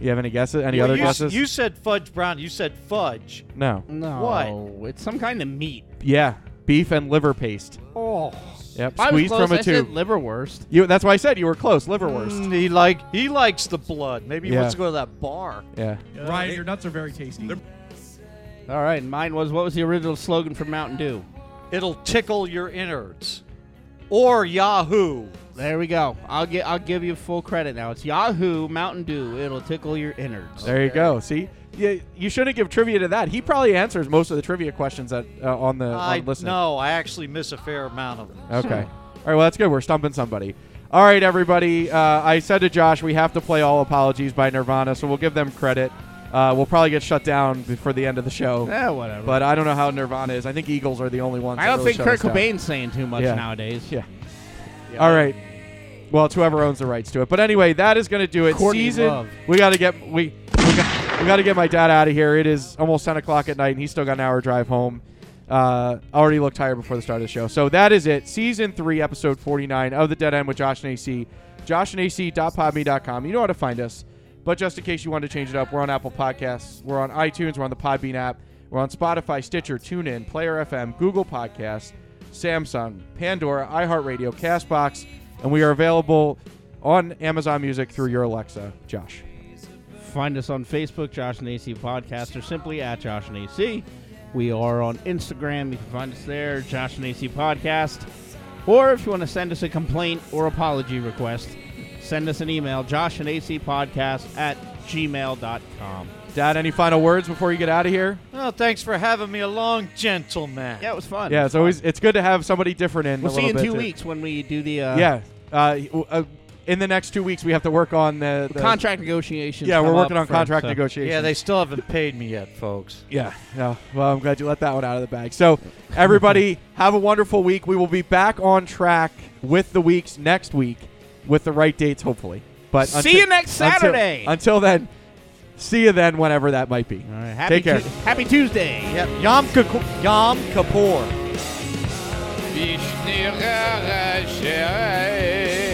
You have any guesses? Any Well, other you, s- guesses? You said fudge brown. You said fudge. no. What? It's some kind of meat. Yeah, beef and liver paste. Oh. Yep, I was squeezed close. from a I said tube. liverwurst. You, that's why I said you were close. Liverwurst. Mm, he like he likes the blood. Maybe he Yeah. wants to go to that bar. Yeah. Uh, Ryan, your nuts are very tasty. All right, and mine was what was the original slogan for Mountain Dew? It'll tickle your innards. Or Yahoo. There we go. I'll get. I'll give you full credit now. It's Yahoo Mountain Dew. It'll tickle your innards. There you go. See, yeah, you shouldn't give trivia to that. He probably answers most of the trivia questions that uh, on the I on listening. no, I actually miss a fair amount of them. Okay. All right. Well, that's good. We're stumping somebody. All right, everybody. Uh, I said to Josh, we have to play All Apologies by Nirvana, so we'll give them credit. Uh, we'll probably get shut down before the end of the show. Eh, whatever. But I don't know how Nirvana is. I think Eagles are the only ones. I that don't really think shut Kurt us down. Cobain's saying too much Yeah. nowadays. Yeah. All right. Well, it's whoever owns the rights to it. But anyway, that is going to do it. Courtney Season. Love. Um, We got to get we we got, we got to get my dad out of here. It is almost ten o'clock at night, and he's still got an hour drive home. Uh, I already looked tired before the start of the show. So that is it. Season three, episode forty-nine of the Dead End with Josh and AC. JoshAndAC.podme.com. You know how to find us. But just in case you want to change it up, we're on Apple Podcasts, we're on iTunes, we're on the Podbean app, we're on Spotify, Stitcher, TuneIn, Player FM, Google Podcasts. Samsung, Pandora, iHeartRadio, Castbox, and we are available on Amazon Music through your Alexa. Josh. Find us on Facebook, Josh and AC Podcast, or simply at Josh and AC. We are on Instagram. You can find us there, Josh and AC Podcast. Or if you want to send us a complaint or apology request, send us an email, Josh and AC Podcast at gmail.com. Dad, any final words before you get out of here? Well, thanks for having me along, gentlemen. Yeah, it was fun. Yeah, it's always it's good to have somebody different in. We'll a see you in little bit, two too. weeks when we do the uh, yeah, uh, w- uh, in the next two weeks we have to work on the, the contract negotiations. Yeah, we're come working up on for- contract so- negotiations. Yeah, they still haven't paid me yet, folks. Yeah, yeah. Well, I'm glad you let that one out of the bag. So, everybody, have a wonderful week. We will be back on track with the weeks next week with the right dates, hopefully. But See until- you next until- Saturday. Until, then, see you then, whenever that might be. Happy Take care. Tu- happy Tuesday. Yep. Yom, Kippu- Yom Kippur. Vishnirar Oh, Asherai.